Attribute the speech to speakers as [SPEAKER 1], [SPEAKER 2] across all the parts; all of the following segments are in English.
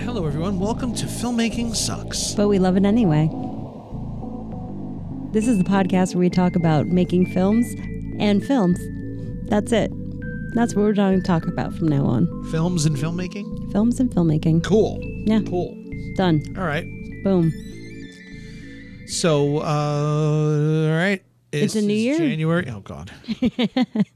[SPEAKER 1] Hello, everyone. Welcome to Filmmaking Sucks.
[SPEAKER 2] But we love it anyway. This is the podcast where we talk about making films and films. That's it. That's what we're going to talk about from now on.
[SPEAKER 1] Films and filmmaking?
[SPEAKER 2] Films and filmmaking.
[SPEAKER 1] Cool.
[SPEAKER 2] Yeah.
[SPEAKER 1] Cool.
[SPEAKER 2] Done.
[SPEAKER 1] All right.
[SPEAKER 2] Boom.
[SPEAKER 1] So, uh, all right.
[SPEAKER 2] It's a new
[SPEAKER 1] is
[SPEAKER 2] year.
[SPEAKER 1] January. Oh God.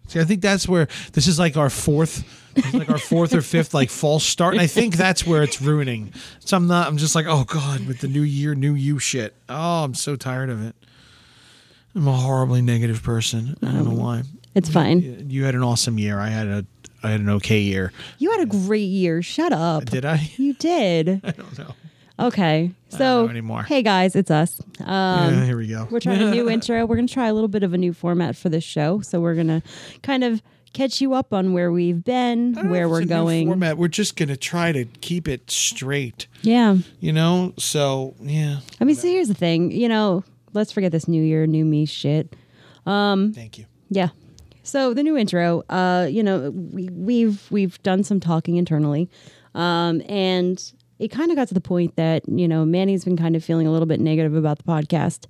[SPEAKER 1] See, I think that's where this is like our fourth, this is like our fourth or fifth like false start, and I think that's where it's ruining. So I'm not. I'm just like, oh God, with the new year, new you shit. Oh, I'm so tired of it. I'm a horribly negative person. I
[SPEAKER 2] Um,
[SPEAKER 1] don't know why.
[SPEAKER 2] It's fine.
[SPEAKER 1] You had an awesome year. I had a, I had an okay year.
[SPEAKER 2] You had a great year. Shut up.
[SPEAKER 1] Did I?
[SPEAKER 2] You did.
[SPEAKER 1] I don't know.
[SPEAKER 2] Okay.
[SPEAKER 1] know
[SPEAKER 2] So,
[SPEAKER 1] anymore.
[SPEAKER 2] hey guys, it's us. Um,
[SPEAKER 1] Yeah, here we go.
[SPEAKER 2] We're trying a new intro. We're going to try a little bit of a new format for this show. So, we're going to kind of catch you up on where we've been,
[SPEAKER 1] I don't know
[SPEAKER 2] where
[SPEAKER 1] if
[SPEAKER 2] we're
[SPEAKER 1] Oh, it's a new
[SPEAKER 2] going.
[SPEAKER 1] Format. We're just gonna try to keep it straight.
[SPEAKER 2] Yeah.
[SPEAKER 1] You know. So yeah.
[SPEAKER 2] I mean, so here's the thing. You know, let's forget this new year, new me shit.
[SPEAKER 1] Thank you.
[SPEAKER 2] Yeah. So the new intro. Uh, you know, we, we've we've done some talking internally, um, and it kind of got to the point that you know Manny's been kind of feeling a little bit negative about the podcast.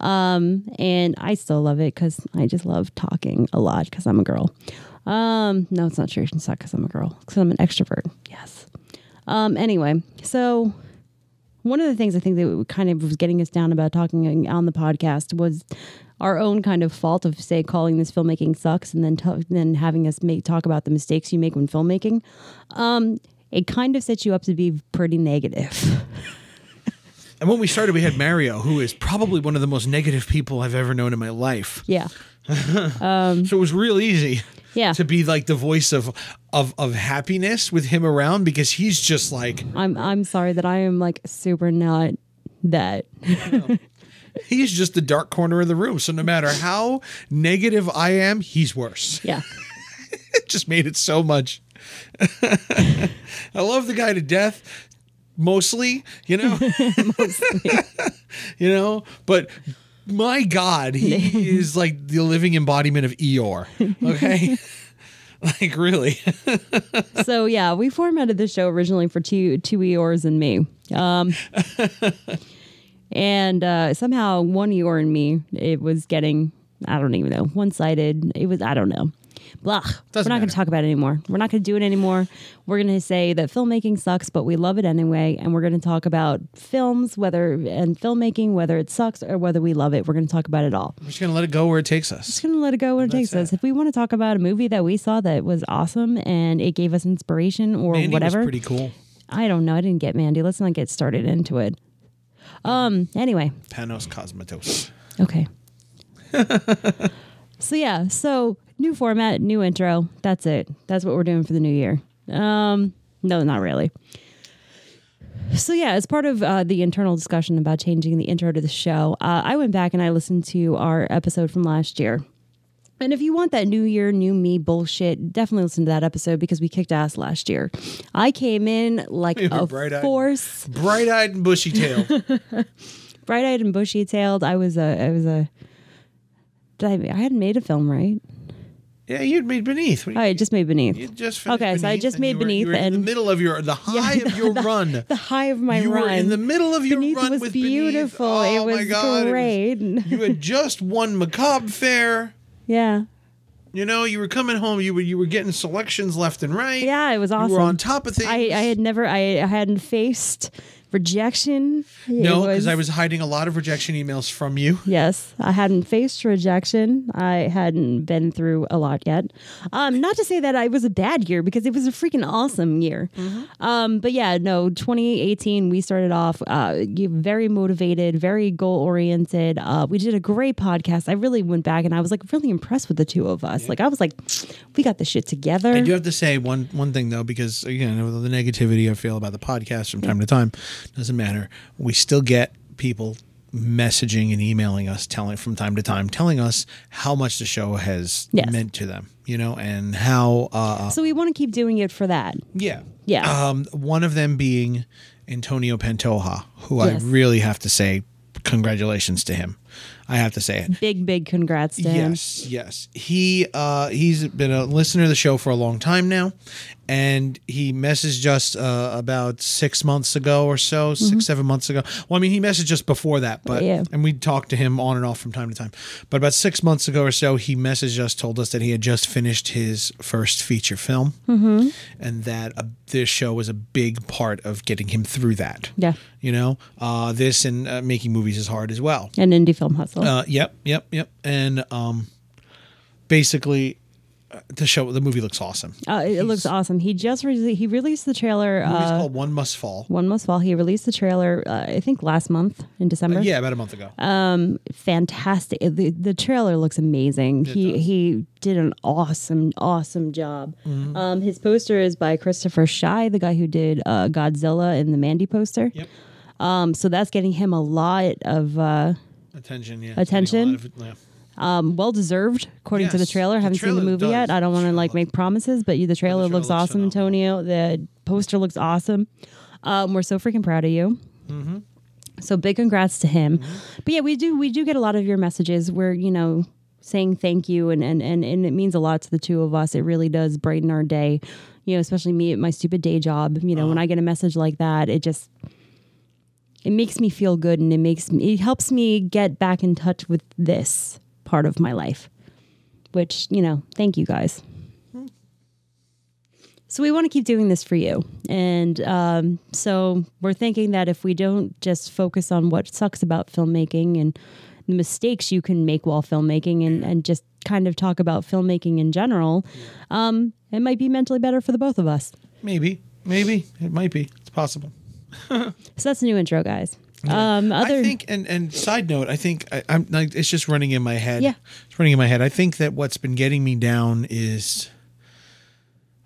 [SPEAKER 2] Um, and I still love it because I just love talking a lot because I'm a girl. Um, no, it's not true. It's not because I'm a girl. Because I'm an extrovert. Yes. Um, anyway, so one of the things I think that kind of was getting us down about talking on the podcast was our own kind of fault of say calling this filmmaking sucks and then t- then having us make talk about the mistakes you make when filmmaking. Um, it kind of sets you up to be pretty negative.
[SPEAKER 1] And when we started, we had Mario, who is probably one of the most negative people I've ever known in my life.
[SPEAKER 2] yeah,
[SPEAKER 1] So it was real easy
[SPEAKER 2] Mm-hmm. yeah.
[SPEAKER 1] to be like the voice of of of happiness with him around because he's just like
[SPEAKER 2] I'm I'm sorry that I am like super not that.
[SPEAKER 1] he's just the dark corner of the room. So no matter how negative I am, he's worse.
[SPEAKER 2] Yeah.
[SPEAKER 1] It just made it so much. I love the guy to death, mostly, you know. you know, but my God, he is like the living embodiment of Eeyore. Okay. like really.
[SPEAKER 2] so yeah, we formatted the show originally for two two Eeyores and me. Um, and uh, somehow one Eeyore and me, it was getting I don't even know one sided. It was I don't know. Blah.
[SPEAKER 1] Doesn't
[SPEAKER 2] We're not going
[SPEAKER 1] matter.
[SPEAKER 2] to talk about it anymore. We're not going to do it anymore. We're going to say that filmmaking sucks, but we love it anyway. And we're going to talk about films, whether and filmmaking, whether it sucks or whether we love it. We're going to talk about it all
[SPEAKER 1] We're just gonna let it go where it takes us.
[SPEAKER 2] just gonna let it go when it takes us. If we want to talk about a movie that we saw that was awesome and it gave us inspiration or
[SPEAKER 1] Andy
[SPEAKER 2] whatever,
[SPEAKER 1] was pretty cool.
[SPEAKER 2] I don't know. I didn't get Mandy. Let's not get started into it. Um. Anyway,
[SPEAKER 1] Panos Cosmatos.
[SPEAKER 2] okay. so yeah, so new format, new intro. That's it. That's what we're doing for the new year. Um. No, not really. So yeah, as part of uh, the internal discussion about changing the intro to the show, uh, I went back and I listened to our episode from last year. And if you want that new year, new me bullshit, definitely listen to that episode because we kicked ass last year. I came in like
[SPEAKER 1] You were
[SPEAKER 2] a
[SPEAKER 1] bright-eyed.
[SPEAKER 2] force,
[SPEAKER 1] Bright eyed and bushy tailed.
[SPEAKER 2] bright eyed and bushy tailed. I was a, I was a. Did I, I hadn't made a film, right?
[SPEAKER 1] yeah, you'd made beneath. What do
[SPEAKER 2] Oh,
[SPEAKER 1] you-
[SPEAKER 2] I just made Beneath.
[SPEAKER 1] you just finished
[SPEAKER 2] okay, so I
[SPEAKER 1] Beneath
[SPEAKER 2] just
[SPEAKER 1] and
[SPEAKER 2] made
[SPEAKER 1] you were-
[SPEAKER 2] Beneath
[SPEAKER 1] you were in
[SPEAKER 2] and
[SPEAKER 1] the middle of your the high of your run.
[SPEAKER 2] the high of my
[SPEAKER 1] you
[SPEAKER 2] run.
[SPEAKER 1] were in the middle of your
[SPEAKER 2] Beneath
[SPEAKER 1] run
[SPEAKER 2] was
[SPEAKER 1] with
[SPEAKER 2] beautiful.
[SPEAKER 1] Beneath. Oh
[SPEAKER 2] it was
[SPEAKER 1] my God, it was-
[SPEAKER 2] great.
[SPEAKER 1] you had just won macabre fair
[SPEAKER 2] yeah,
[SPEAKER 1] you know you were coming home you were you were getting selections left and right
[SPEAKER 2] yeah, it was awesome.
[SPEAKER 1] you were on top of things
[SPEAKER 2] I, I had never, I, I hadn't faced rejection. It
[SPEAKER 1] no because i was hiding a lot of rejection emails from you
[SPEAKER 2] Yes, I hadn't faced rejection. I hadn't been through a lot yet. Um, not to say that I was a bad year because it was a freaking awesome year.
[SPEAKER 1] Mm-hmm.
[SPEAKER 2] Um, but yeah, no, 2018 we started off uh, you- very motivated, very goal oriented. Uh, we did a great podcast. I really went back and I was like really impressed with the two of us. Like I was like, we got this shit together.
[SPEAKER 1] I do have to say one one thing though, because again, with all the negativity I feel about the podcast from time to time doesn't matter. We still get people messaging and emailing us, telling from time to time, telling us how much the show has
[SPEAKER 2] Yes.
[SPEAKER 1] meant to them, you know, and how uh,
[SPEAKER 2] So we want to keep doing it for that.
[SPEAKER 1] Yeah.
[SPEAKER 2] Yeah.
[SPEAKER 1] Um, one of them being Antonio Pantoja, who
[SPEAKER 2] Yes.
[SPEAKER 1] I really have to say congratulations to him. I have to say it.
[SPEAKER 2] Big, big congrats to him.
[SPEAKER 1] Yes, yes. He uh, he's been a listener to the show for a long time now, and he messaged us uh, about six months ago or so, six seven months ago. Well, I mean, he messaged us before that, but
[SPEAKER 2] Mm-hmm. Yeah.
[SPEAKER 1] and we talked to him on and off from time to time. But about six months ago or so, he messaged us, told us that he had just finished his first feature film,
[SPEAKER 2] Mm-hmm.
[SPEAKER 1] and that uh, this show was a big part of getting him through that.
[SPEAKER 2] Yeah.
[SPEAKER 1] You know, uh, this and uh, making movies is hard as well.
[SPEAKER 2] An indie film hustle.
[SPEAKER 1] Uh, yep, yep, yep. And um, basically, uh, the show, the movie looks awesome.
[SPEAKER 2] Uh, it looks awesome. He just re- he released the trailer.
[SPEAKER 1] The movie's
[SPEAKER 2] Uh,
[SPEAKER 1] called One Must Fall.
[SPEAKER 2] one must fall. He released the trailer. Uh, I think last month in December.
[SPEAKER 1] Yeah, about a month ago.
[SPEAKER 2] Uh, fantastic. The, the trailer looks amazing. he he did an awesome awesome job.
[SPEAKER 1] Mm-hmm.
[SPEAKER 2] Um, his poster is by Christopher Shy, the guy who did uh, Godzilla and the Mandy poster.
[SPEAKER 1] Yep.
[SPEAKER 2] Um, so that's getting him a lot of uh,
[SPEAKER 1] attention. Yeah.
[SPEAKER 2] Attention?
[SPEAKER 1] Getting a lot of-
[SPEAKER 2] um, well deserved, according to the
[SPEAKER 1] Yes,
[SPEAKER 2] trailer.
[SPEAKER 1] the
[SPEAKER 2] Haven't seen
[SPEAKER 1] trailer
[SPEAKER 2] the movie
[SPEAKER 1] does.
[SPEAKER 2] yet. I don't want to
[SPEAKER 1] Trailer
[SPEAKER 2] like
[SPEAKER 1] looks-
[SPEAKER 2] make promises, but you, the trailer
[SPEAKER 1] trailer
[SPEAKER 2] looks
[SPEAKER 1] looks
[SPEAKER 2] awesome, Antonio. The poster looks awesome. Um, we're so freaking proud of you. Mm-hmm. So big congrats to him. But yeah, we do we do get a lot of your messages. We're you know saying thank you and and and and it means a lot to the two of us. It really does brighten our day. You know, especially me at my stupid day job. You know, when I get a message like that, it just it makes me feel good and it makes me it helps me get back in touch with this part of my life which you know thank you guys so we want to keep doing this for you and um, so we're thinking that if we don't just focus on what sucks about filmmaking and the mistakes you can make while filmmaking and, and just kind of talk about filmmaking in general um, it might be mentally better for the both of us
[SPEAKER 1] Maybe, maybe it might be. It's possible.
[SPEAKER 2] so that's a new intro guys um, other
[SPEAKER 1] I think, and and side note, I think I, I'm like it's just running in my head.
[SPEAKER 2] Yeah.
[SPEAKER 1] it's running in my head. I think that what's been getting me down is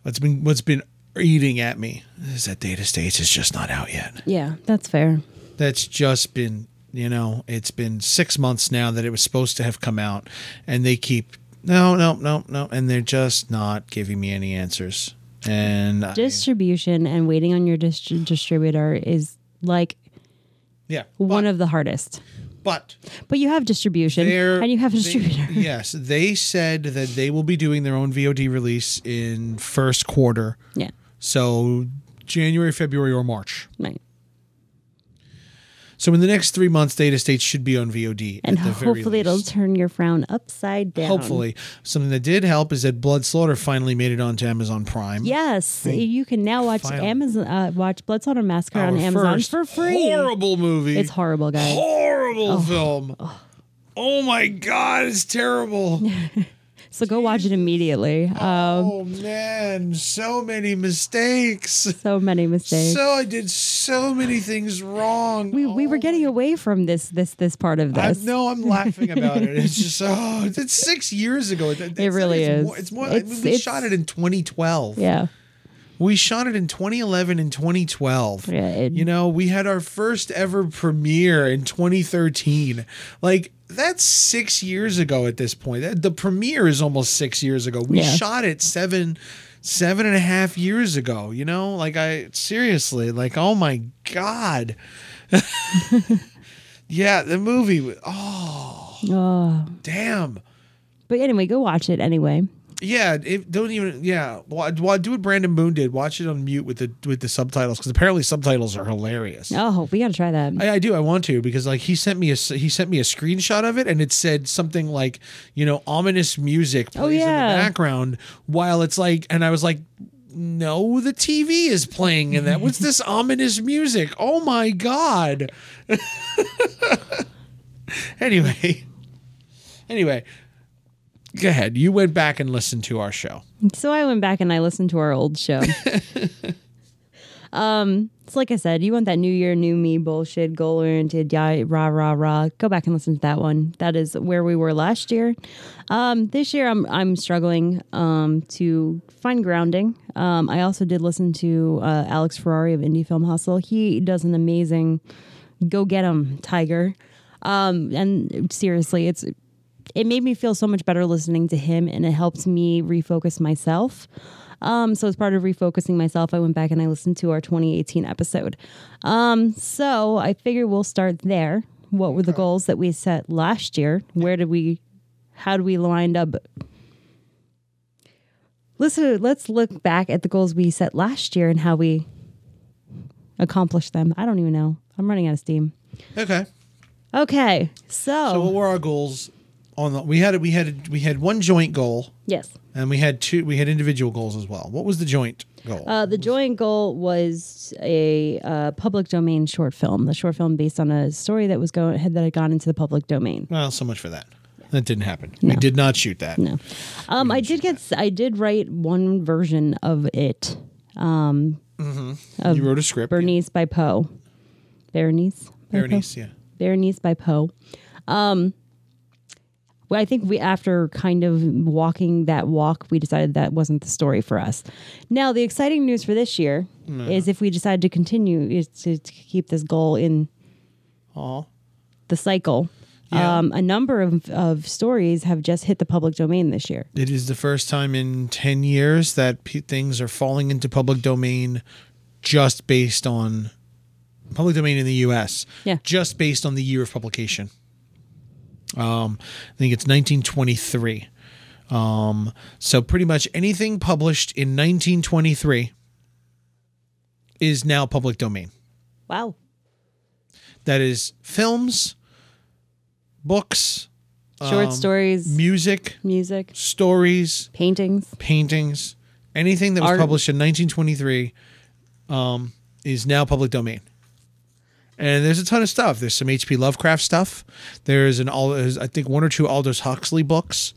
[SPEAKER 1] what's been what's been eating at me is that Data States is just not out yet.
[SPEAKER 2] yeah that's fair
[SPEAKER 1] that's just been you know it's been six months now that it was supposed to have come out and they keep no no no no and they're just not giving me any answers and uh, I-
[SPEAKER 2] distribution and waiting on your dis- distributor is like
[SPEAKER 1] yeah
[SPEAKER 2] one
[SPEAKER 1] but,
[SPEAKER 2] of the hardest.
[SPEAKER 1] but
[SPEAKER 2] But you have distribution
[SPEAKER 1] they're
[SPEAKER 2] and you have a
[SPEAKER 1] they-
[SPEAKER 2] distributor.
[SPEAKER 1] yes they said that they will be doing their own VOD release in first quarter
[SPEAKER 2] yeah.
[SPEAKER 1] so January February or March
[SPEAKER 2] Right.
[SPEAKER 1] so in the next three months Data States should be on VOD
[SPEAKER 2] And
[SPEAKER 1] at the very
[SPEAKER 2] hopefully it'll
[SPEAKER 1] least.
[SPEAKER 2] turn your frown upside down.
[SPEAKER 1] Hopefully, something that did help is that Blood Slaughter finally made it onto Amazon Prime.
[SPEAKER 2] Yes, you can now watch
[SPEAKER 1] Finally.
[SPEAKER 2] Amazon uh, watch Bloodshot or Massacre on
[SPEAKER 1] Our
[SPEAKER 2] Amazon
[SPEAKER 1] first
[SPEAKER 2] for free.
[SPEAKER 1] Horrible movie.
[SPEAKER 2] It's horrible, guys.
[SPEAKER 1] horrible film. Oh. my god, it's terrible.
[SPEAKER 2] So go watch it immediately. Um,
[SPEAKER 1] oh man, so many mistakes.
[SPEAKER 2] so many mistakes.
[SPEAKER 1] So I did so many things wrong.
[SPEAKER 2] we, we were getting away from this this this part of
[SPEAKER 1] I
[SPEAKER 2] this.
[SPEAKER 1] know I'm laughing about it. It's just oh, it's six years ago. It, it's-
[SPEAKER 2] really
[SPEAKER 1] it's
[SPEAKER 2] is.
[SPEAKER 1] More, it's more.
[SPEAKER 2] It's-
[SPEAKER 1] we
[SPEAKER 2] it's-
[SPEAKER 1] shot it in 2012.
[SPEAKER 2] yeah.
[SPEAKER 1] We shot it in 2011 and 2012.
[SPEAKER 2] Yeah, it-
[SPEAKER 1] you know, we had our first ever premiere in 2013. Like that's 6 years ago at this point. That- The premiere is almost 6 years ago. We
[SPEAKER 2] Yeah.
[SPEAKER 1] shot it 7 seven and a half years ago, you know? Like I seriously, like oh my god. yeah, the movie wa- oh
[SPEAKER 2] Oh.
[SPEAKER 1] damn.
[SPEAKER 2] But anyway, go watch it anyway.
[SPEAKER 1] Yeah, it, don't even. Yeah, wa- wa- do what Brandon Moon did. Watch it on mute with the with the subtitles because apparently subtitles are hilarious.
[SPEAKER 2] Oh, we got to try that.
[SPEAKER 1] I, I do. I want to because like he sent me a s- he sent me a screenshot of it and it said something like you know ominous music plays
[SPEAKER 2] yeah.
[SPEAKER 1] in the background while it's like and I was like no the TV is playing in that what's this ominous music oh my god anyway anyway go ahead you went back and listened to our show
[SPEAKER 2] So I went back and I listened to our old show. um, so like I said, you want that new year, new me bullshit, goal oriented, yeah, rah rah rah. Go back and listen to that one. That is where we were last year. Um, this year I'm I'm struggling um, to find grounding. Um, I also did listen to uh, Alex Ferrari of Indie Film Hustle. He does an amazing go get him tiger um and seriously it's it made me feel so much better listening to him and it helped me refocus myself um so as part of refocusing myself i went back and i listened to our 2018 episode um so i figure we'll start there what were the goals that we set last year? Where did we, how did we lined up? Listen, let's look back at the goals we set last year and how we accomplished them. I don't even know. I'm running out of steam.
[SPEAKER 1] Okay.
[SPEAKER 2] Okay,
[SPEAKER 1] So what
[SPEAKER 2] so,
[SPEAKER 1] were our goals? On the we had we had we had one joint goal
[SPEAKER 2] yes,
[SPEAKER 1] and we had two we had individual goals as well. What was the joint goal?
[SPEAKER 2] uh, the joint goal was a uh, public domain short film. The short film based on a story that was going had that had gone into the public domain.
[SPEAKER 1] well, so much for that. That didn't happen. We did not shoot that.
[SPEAKER 2] No. Um, I did get, I did write one version of it. Uh,
[SPEAKER 1] you wrote a script.
[SPEAKER 2] Bernice by Poe. Bernice? by
[SPEAKER 1] Bernice, yeah.
[SPEAKER 2] Poe? Bernice by Poe. Um, well, I think we, after kind of walking that walk, we decided that wasn't the story for us. Now, the exciting news for this year is if we decide to continue is to, to keep this goal in
[SPEAKER 1] Oh.
[SPEAKER 2] the cycle.
[SPEAKER 1] Yeah.
[SPEAKER 2] Um, a number of, of stories have just hit the public domain this year.
[SPEAKER 1] It is the first time in 10 years that pe things are falling into public domain just based on public domain in the US.
[SPEAKER 2] Yeah.
[SPEAKER 1] Just based on the year of publication. Um, I think it's 1923. Um, so pretty much anything published in 1923 is now public domain.
[SPEAKER 2] Wow.
[SPEAKER 1] That is films, books,
[SPEAKER 2] Short
[SPEAKER 1] um,
[SPEAKER 2] stories,
[SPEAKER 1] music,
[SPEAKER 2] music,
[SPEAKER 1] stories,
[SPEAKER 2] paintings.
[SPEAKER 1] paintings, anything that was
[SPEAKER 2] Art.
[SPEAKER 1] published in 1923 um, is now public domain. And there's a ton of stuff. There's some H.P. Lovecraft stuff. There's an all I think one or two Aldous Huxley books.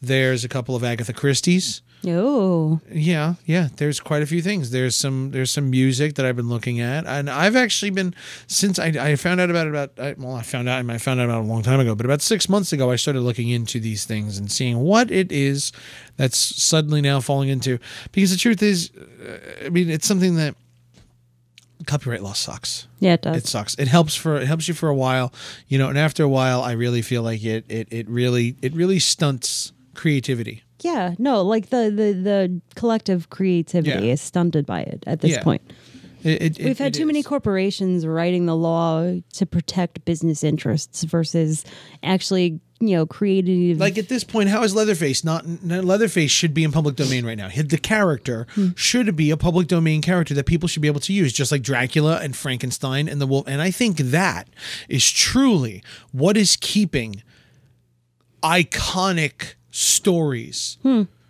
[SPEAKER 1] There's a couple of Agatha Christie's.
[SPEAKER 2] Oh,
[SPEAKER 1] Yeah, yeah. There's quite a few things. There's some there's some music that I've been looking at, and I've actually been since I, I found out about it about I, well I found out I found out about it a long time ago, but about six months ago I started looking into these things and seeing what it is that's suddenly now falling into. Because the truth is, uh, I mean, it's something that copyright law sucks
[SPEAKER 2] yeah, it does.
[SPEAKER 1] it sucks it helps for it helps you for a while you know and after a while i really feel like it it, it really it really stunts creativity
[SPEAKER 2] Yeah, no, like the the the collective creativity
[SPEAKER 1] Yeah.
[SPEAKER 2] is stunted by it at this
[SPEAKER 1] Yeah.
[SPEAKER 2] point.
[SPEAKER 1] It- it- it-
[SPEAKER 2] We've had
[SPEAKER 1] it
[SPEAKER 2] too many
[SPEAKER 1] is.
[SPEAKER 2] corporations writing the law to protect business interests versus actually, you know, creative.
[SPEAKER 1] Like at this point, how is Leatherface not? no, Leatherface should be in public domain right now. He- The character should be a public domain character that people should be able to use, just like Dracula and Frankenstein and the Wolf. And I think that is truly what is keeping iconic stories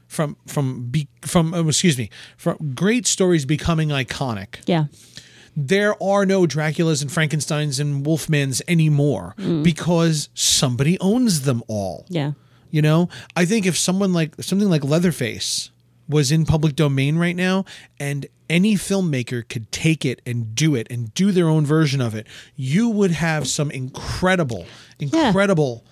[SPEAKER 1] from from be, from oh, excuse me from great stories becoming iconic
[SPEAKER 2] yeah,
[SPEAKER 1] there are no Draculas and Frankensteins and Wolfmans anymore because somebody owns them all.
[SPEAKER 2] yeah,
[SPEAKER 1] You know, I think if someone like something like Leatherface was in public domain right now and any filmmaker could take it and do it and do their own version of it, you would have some incredible, incredible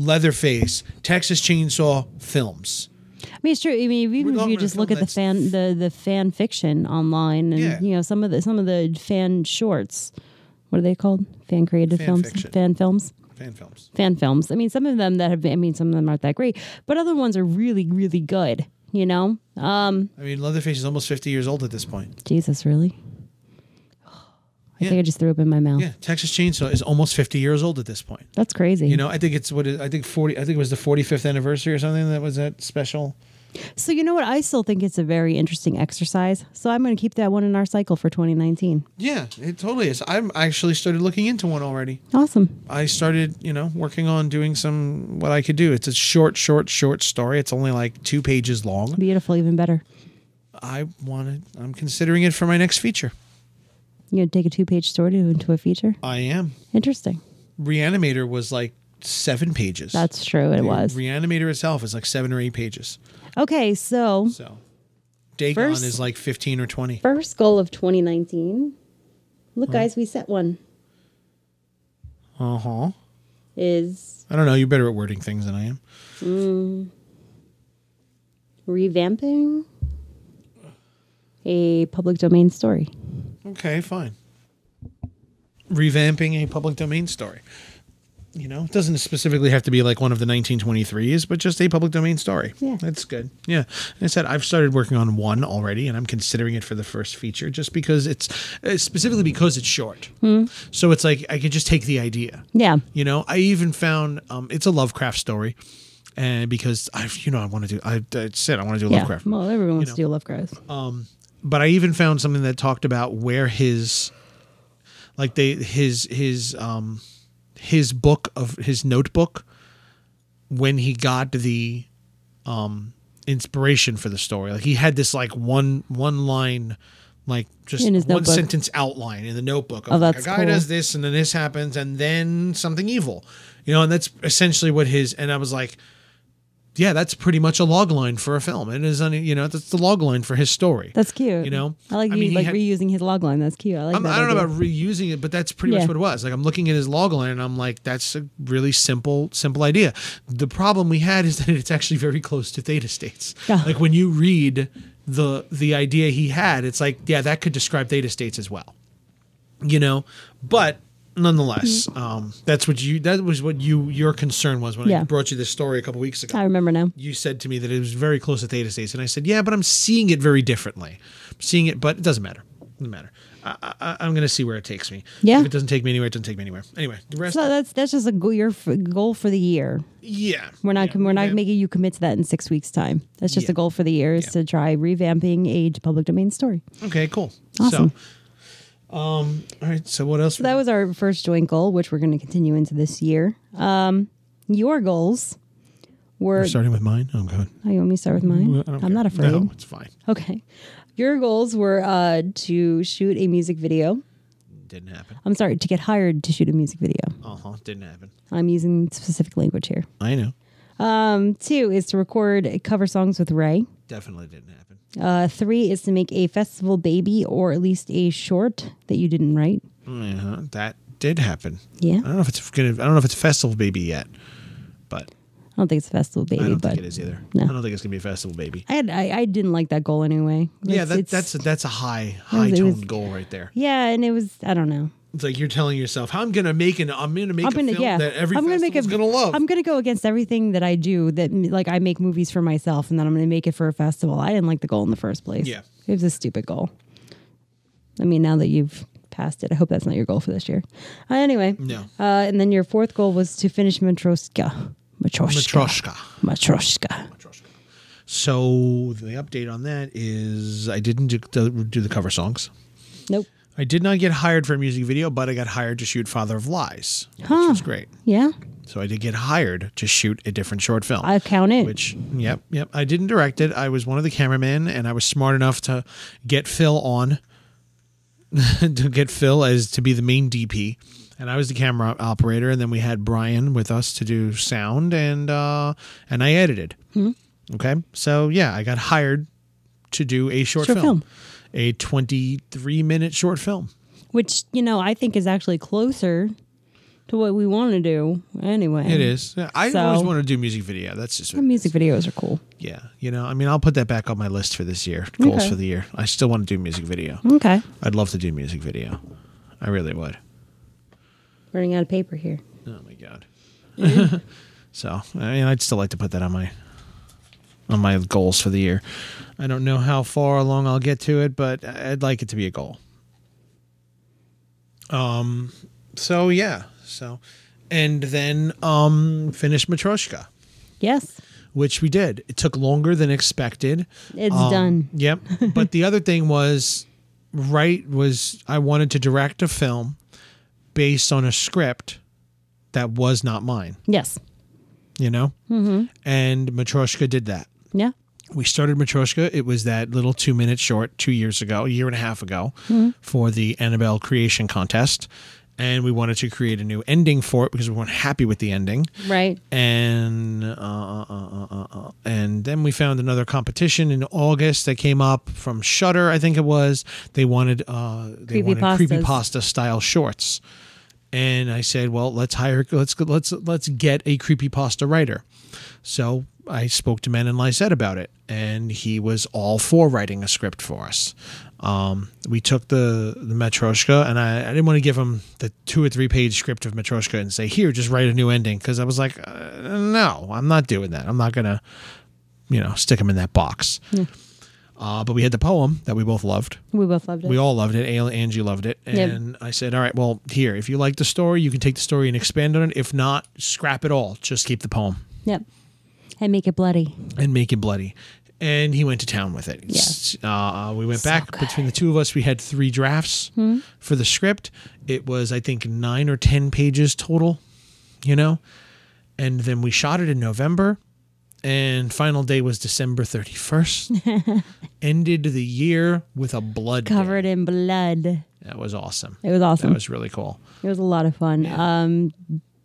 [SPEAKER 1] Leatherface Texas Chainsaw films.
[SPEAKER 2] I mean, it's true. I mean, even if
[SPEAKER 1] going
[SPEAKER 2] you
[SPEAKER 1] to
[SPEAKER 2] just
[SPEAKER 1] film
[SPEAKER 2] look at the
[SPEAKER 1] that's-
[SPEAKER 2] fan the the fan fiction online, and
[SPEAKER 1] Yeah.
[SPEAKER 2] you know some of the some of the fan shorts. What are they called? Fan created
[SPEAKER 1] Fan
[SPEAKER 2] films,
[SPEAKER 1] fiction.
[SPEAKER 2] fan films.
[SPEAKER 1] Fan films.
[SPEAKER 2] fan films. I mean, some of them that have been, I mean, some of them aren't that great, but other ones are really, really good, you know? Um,
[SPEAKER 1] I mean, Leatherface is almost 50 years old at this point.
[SPEAKER 2] Jesus, really? I
[SPEAKER 1] Yeah.
[SPEAKER 2] think I just threw up in my mouth.
[SPEAKER 1] Yeah, Texas Chainsaw is almost 50 years old at this point.
[SPEAKER 2] That's crazy.
[SPEAKER 1] You know, I think it's what it, I think forty. I think it was the forty fifth anniversary or something that was that special.
[SPEAKER 2] so, you know what? I still think it's a very interesting exercise. So, I'm going to keep that one in our cycle for 2019.
[SPEAKER 1] Yeah, it totally is. I'm I actually started looking into one already.
[SPEAKER 2] Awesome.
[SPEAKER 1] I started, you know, working on doing some what I could do. It's a short, short, short story. It's only like two pages long.
[SPEAKER 2] Beautiful, even better.
[SPEAKER 1] I wanted. I'm considering it for my next feature.
[SPEAKER 2] You know, take a two page story to- into a feature.
[SPEAKER 1] I am.
[SPEAKER 2] Interesting.
[SPEAKER 1] Reanimator was like seven pages.
[SPEAKER 2] That's true. It was.
[SPEAKER 1] Reanimator itself is like seven or eight pages.
[SPEAKER 2] Okay. So,
[SPEAKER 1] So, Dagon
[SPEAKER 2] First-
[SPEAKER 1] is like fifteen or twenty.
[SPEAKER 2] first goal of 2019. Look, guys, we set one.
[SPEAKER 1] Uh huh.
[SPEAKER 2] Is
[SPEAKER 1] I don't know. You're better at wording things than I am.
[SPEAKER 2] revamping a public domain story.
[SPEAKER 1] Okay, fine. Revamping a public domain story. You know, it doesn't specifically have to be like one of the 1923s, but just a public domain story.
[SPEAKER 2] Yeah.
[SPEAKER 1] That's good. Yeah. And I said, I've started working on one already, and I'm considering it for the first feature just because it's uh, specifically because it's short.
[SPEAKER 2] Hmm.
[SPEAKER 1] So it's like I could just take the idea.
[SPEAKER 2] Yeah.
[SPEAKER 1] You know, I even found um, it's a Lovecraft story. And because I've, you know, I want to do, I, I said I want to do
[SPEAKER 2] Yeah.
[SPEAKER 1] Lovecraft
[SPEAKER 2] Well, everyone wants
[SPEAKER 1] know.
[SPEAKER 2] to do Lovecraft.
[SPEAKER 1] but I even found something that talked about where his like they his his um his book of his notebook when he got the um inspiration for the story like he had this like one one line like just
[SPEAKER 2] In his
[SPEAKER 1] one
[SPEAKER 2] notebook.
[SPEAKER 1] sentence outline in the notebook of
[SPEAKER 2] Oh,
[SPEAKER 1] like,
[SPEAKER 2] that's
[SPEAKER 1] a guy
[SPEAKER 2] cool.
[SPEAKER 1] does this and then this happens and then something evil you know and that's essentially what his and i was like yeah that's pretty much a log line for a film it is on you know that's the log line for his story
[SPEAKER 2] That's cute.
[SPEAKER 1] you know,
[SPEAKER 2] I like
[SPEAKER 1] I
[SPEAKER 2] you
[SPEAKER 1] mean, he
[SPEAKER 2] like
[SPEAKER 1] had-
[SPEAKER 2] reusing his log line. That's cute. I like
[SPEAKER 1] I'm,
[SPEAKER 2] that.
[SPEAKER 1] I don't know
[SPEAKER 2] idea.
[SPEAKER 1] about reusing it, but that's pretty
[SPEAKER 2] Yeah.
[SPEAKER 1] much what it was. Like I'm looking at his log line and I'm like, that's a really simple, simple idea. The problem we had is that it's actually very close to theta states.
[SPEAKER 2] Yeah.
[SPEAKER 1] Like when you read the the idea he had, it's like, yeah, that could describe theta states as well. You know? But nonetheless,
[SPEAKER 2] Mm-hmm.
[SPEAKER 1] um, that's what you that was what you your concern was when I
[SPEAKER 2] Yeah.
[SPEAKER 1] brought you this story a couple weeks ago
[SPEAKER 2] I remember now.
[SPEAKER 1] you said to me that it was very close to theta states, and I said, "Yeah, but I'm seeing it very differently. I'm seeing it, but it doesn't matter. doesn't matter. I, I, I'm going to see where it takes me.
[SPEAKER 2] Yeah.
[SPEAKER 1] If it doesn't take me anywhere, it doesn't take me anywhere. Anyway, the rest,
[SPEAKER 2] So that's that's just a goal, your f- goal for the year.
[SPEAKER 1] yeah,
[SPEAKER 2] We're not
[SPEAKER 1] yeah,
[SPEAKER 2] we're not
[SPEAKER 1] yeah.
[SPEAKER 2] making you commit to that in six weeks time. That's just
[SPEAKER 1] Yeah.
[SPEAKER 2] a goal for the year is to try revamping a public domain story.
[SPEAKER 1] Okay, cool.
[SPEAKER 2] Awesome.
[SPEAKER 1] So, um, all right. So what else?
[SPEAKER 2] So that was our first joint goal, which we're going to continue into this year. Um, your goals were.
[SPEAKER 1] We're starting with mine. Oh God,
[SPEAKER 2] Oh, you want me to start with mine?
[SPEAKER 1] Mm, I
[SPEAKER 2] I'm
[SPEAKER 1] don't
[SPEAKER 2] not
[SPEAKER 1] care.
[SPEAKER 2] afraid.
[SPEAKER 1] No, it's fine.
[SPEAKER 2] Okay. Your goals were uh, to shoot a music video.
[SPEAKER 1] Didn't happen.
[SPEAKER 2] I'm sorry, to get hired to shoot a music video.
[SPEAKER 1] Uh huh. Didn't happen.
[SPEAKER 2] I'm using specific language here.
[SPEAKER 1] I know.
[SPEAKER 2] Um, two is to record cover songs with Ray.
[SPEAKER 1] Definitely didn't happen.
[SPEAKER 2] Uh, three is to make a festival baby or at least a short that you didn't write.
[SPEAKER 1] Uh-huh. That did happen.
[SPEAKER 2] Yeah.
[SPEAKER 1] I don't know if it's gonna. I don't know if it's festival baby yet, but
[SPEAKER 2] I don't think it's a festival baby,
[SPEAKER 1] I don't
[SPEAKER 2] but
[SPEAKER 1] think it is either.
[SPEAKER 2] no.
[SPEAKER 1] I don't think it's gonna be a festival baby.
[SPEAKER 2] I, had, I I didn't like that goal anyway.
[SPEAKER 1] Yeah,
[SPEAKER 2] It's-
[SPEAKER 1] that,
[SPEAKER 2] it's-
[SPEAKER 1] that's a, that's a high high
[SPEAKER 2] it was-
[SPEAKER 1] toned goal right there.
[SPEAKER 2] yeah, and it was I don't know.
[SPEAKER 1] It's like you're telling yourself, "I'm gonna make an I'm gonna make
[SPEAKER 2] I'm
[SPEAKER 1] a
[SPEAKER 2] gonna
[SPEAKER 1] film
[SPEAKER 2] yeah.
[SPEAKER 1] that every
[SPEAKER 2] I'm gonna make a,
[SPEAKER 1] gonna love."
[SPEAKER 2] I'm gonna go against everything that I do. That like I make movies for myself, and then I'm gonna make it for a festival. I didn't like the goal in the first place.
[SPEAKER 1] Yeah.
[SPEAKER 2] it was a stupid goal. I mean, now that you've passed it, I hope that's not your goal for this year. Uh, anyway,
[SPEAKER 1] No.
[SPEAKER 2] Uh, and then your fourth goal was to finish Matroska. Matroska.
[SPEAKER 1] Matroshka.
[SPEAKER 2] Matroska.
[SPEAKER 1] Matroshka. So the update on that is I didn't do, do the cover songs.
[SPEAKER 2] Nope.
[SPEAKER 1] I did not get hired for a music video, but I got hired to shoot Father of Lies, which
[SPEAKER 2] Huh.
[SPEAKER 1] was great.
[SPEAKER 2] Yeah,
[SPEAKER 1] So I did get hired to shoot a different short film.
[SPEAKER 2] I count it.
[SPEAKER 1] which yep yep i didn't direct it i was one of the cameramen and i was smart enough to get phil on to get phil as to be the main dp and i was the camera operator and then we had brian with us to do sound and uh and i edited okay so yeah i got hired to do a short,
[SPEAKER 2] Short
[SPEAKER 1] film,
[SPEAKER 2] film.
[SPEAKER 1] a 23 minute short film
[SPEAKER 2] which you know I think is actually closer to what we want to do. Anyway,
[SPEAKER 1] it is Yeah, i
[SPEAKER 2] Hmm. So-
[SPEAKER 1] always wanted to do music video that's just
[SPEAKER 2] Music videos are cool.
[SPEAKER 1] yeah you know i mean i'll put that back on my list for this year goals
[SPEAKER 2] Okay.
[SPEAKER 1] for the year i still want to do music video
[SPEAKER 2] Okay.
[SPEAKER 1] I'd love to do music video. I really would.
[SPEAKER 2] Running out of paper here.
[SPEAKER 1] Oh my god. so I mean, I'd still like to put that on my on my goals for the year. I don't know how far along I'll get to it, but I'd like it to be a goal. Um. So yeah. So, and then um, finish Matroshka,
[SPEAKER 2] Yes.
[SPEAKER 1] which we did. It took longer than expected.
[SPEAKER 2] It's
[SPEAKER 1] Um,
[SPEAKER 2] done.
[SPEAKER 1] Yep. But the other thing was, right was I wanted to direct a film based on a script that was not mine.
[SPEAKER 2] Yes.
[SPEAKER 1] You know, mm-hmm. and Matroshka did that.
[SPEAKER 2] Yeah.
[SPEAKER 1] We started Matroshka. It was that little two minute short two years ago, a year and a half ago, for the Annabelle creation contest. And we wanted to create a new ending for it because we weren't happy with the ending
[SPEAKER 2] Right.
[SPEAKER 1] and uh, uh, uh, uh, uh, uh, and then we found another competition in August that came up from Shutter, I think it was. They wanted uh, they wanted
[SPEAKER 2] Creepypastas.
[SPEAKER 1] creepypasta style shorts, and I said, well, let's hire let's go- let's let's get a creepypasta writer. So I spoke to Manon Lysette about it, and he was all for writing a script for us. Um, we took the the Matryoshka, and I, I didn't want to give him the two or three page script of Matryoshka and say, "Here, just write a new ending," because I was like, uh, "No, I'm not doing that. I'm not gonna, you know, stick him in that box." Uh, but we had the poem that we both loved.
[SPEAKER 2] We both loved it.
[SPEAKER 1] We all loved it. Ayla, Angie loved it.
[SPEAKER 2] Yep.
[SPEAKER 1] And I said, all right, well, here, if you like the story, you can take the story and expand on it. If not, scrap it all. Just keep the poem
[SPEAKER 2] yep. And make it bloody.
[SPEAKER 1] and make it bloody. And he went to town with it. It's- Uh, we went back
[SPEAKER 2] good.
[SPEAKER 1] between the two of us. We had three drafts for the script. It was, I think, nine or 10 pages total, you know? And then we shot it in November. And final day was December 31st. Ended the year with a blood. day.
[SPEAKER 2] Covered in blood.
[SPEAKER 1] That was awesome.
[SPEAKER 2] It was awesome.
[SPEAKER 1] That was really cool.
[SPEAKER 2] It was a lot of fun. Um,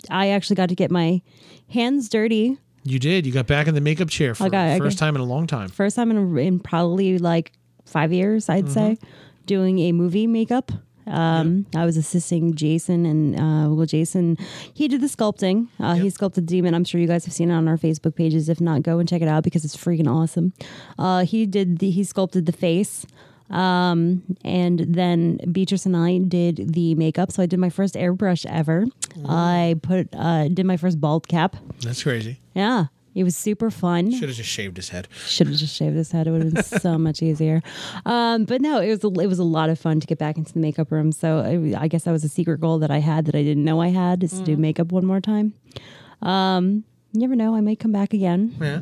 [SPEAKER 2] I actually got to get my hands dirty
[SPEAKER 1] You did. You got back in the makeup chair for
[SPEAKER 2] I got- I
[SPEAKER 1] the
[SPEAKER 2] got-
[SPEAKER 1] first time in a long time.
[SPEAKER 2] first time in, in probably like five years, I'd say, doing a movie makeup. Um, I was assisting Jason, and uh, well, Jason, he did the sculpting. Uh, He sculpted Demon. I'm sure you guys have seen it on our Facebook pages. If not, go and check it out because it's freaking awesome. Uh, he did the he sculpted the face. Um, and then Beatrice and I did the makeup. So I did my first airbrush ever. I put uh, did my first bald cap.
[SPEAKER 1] That's crazy.
[SPEAKER 2] Yeah, it was super fun.
[SPEAKER 1] Should have just shaved his head.
[SPEAKER 2] Should have just shaved his head. It would have been so much easier. Um, but no, it was a, it was a lot of fun to get back into the makeup room. So I, I guess that was a secret goal that I had that I didn't know I had is to
[SPEAKER 1] Mm.
[SPEAKER 2] do makeup one more time. Um, you never know, I may come back again.
[SPEAKER 1] Yeah.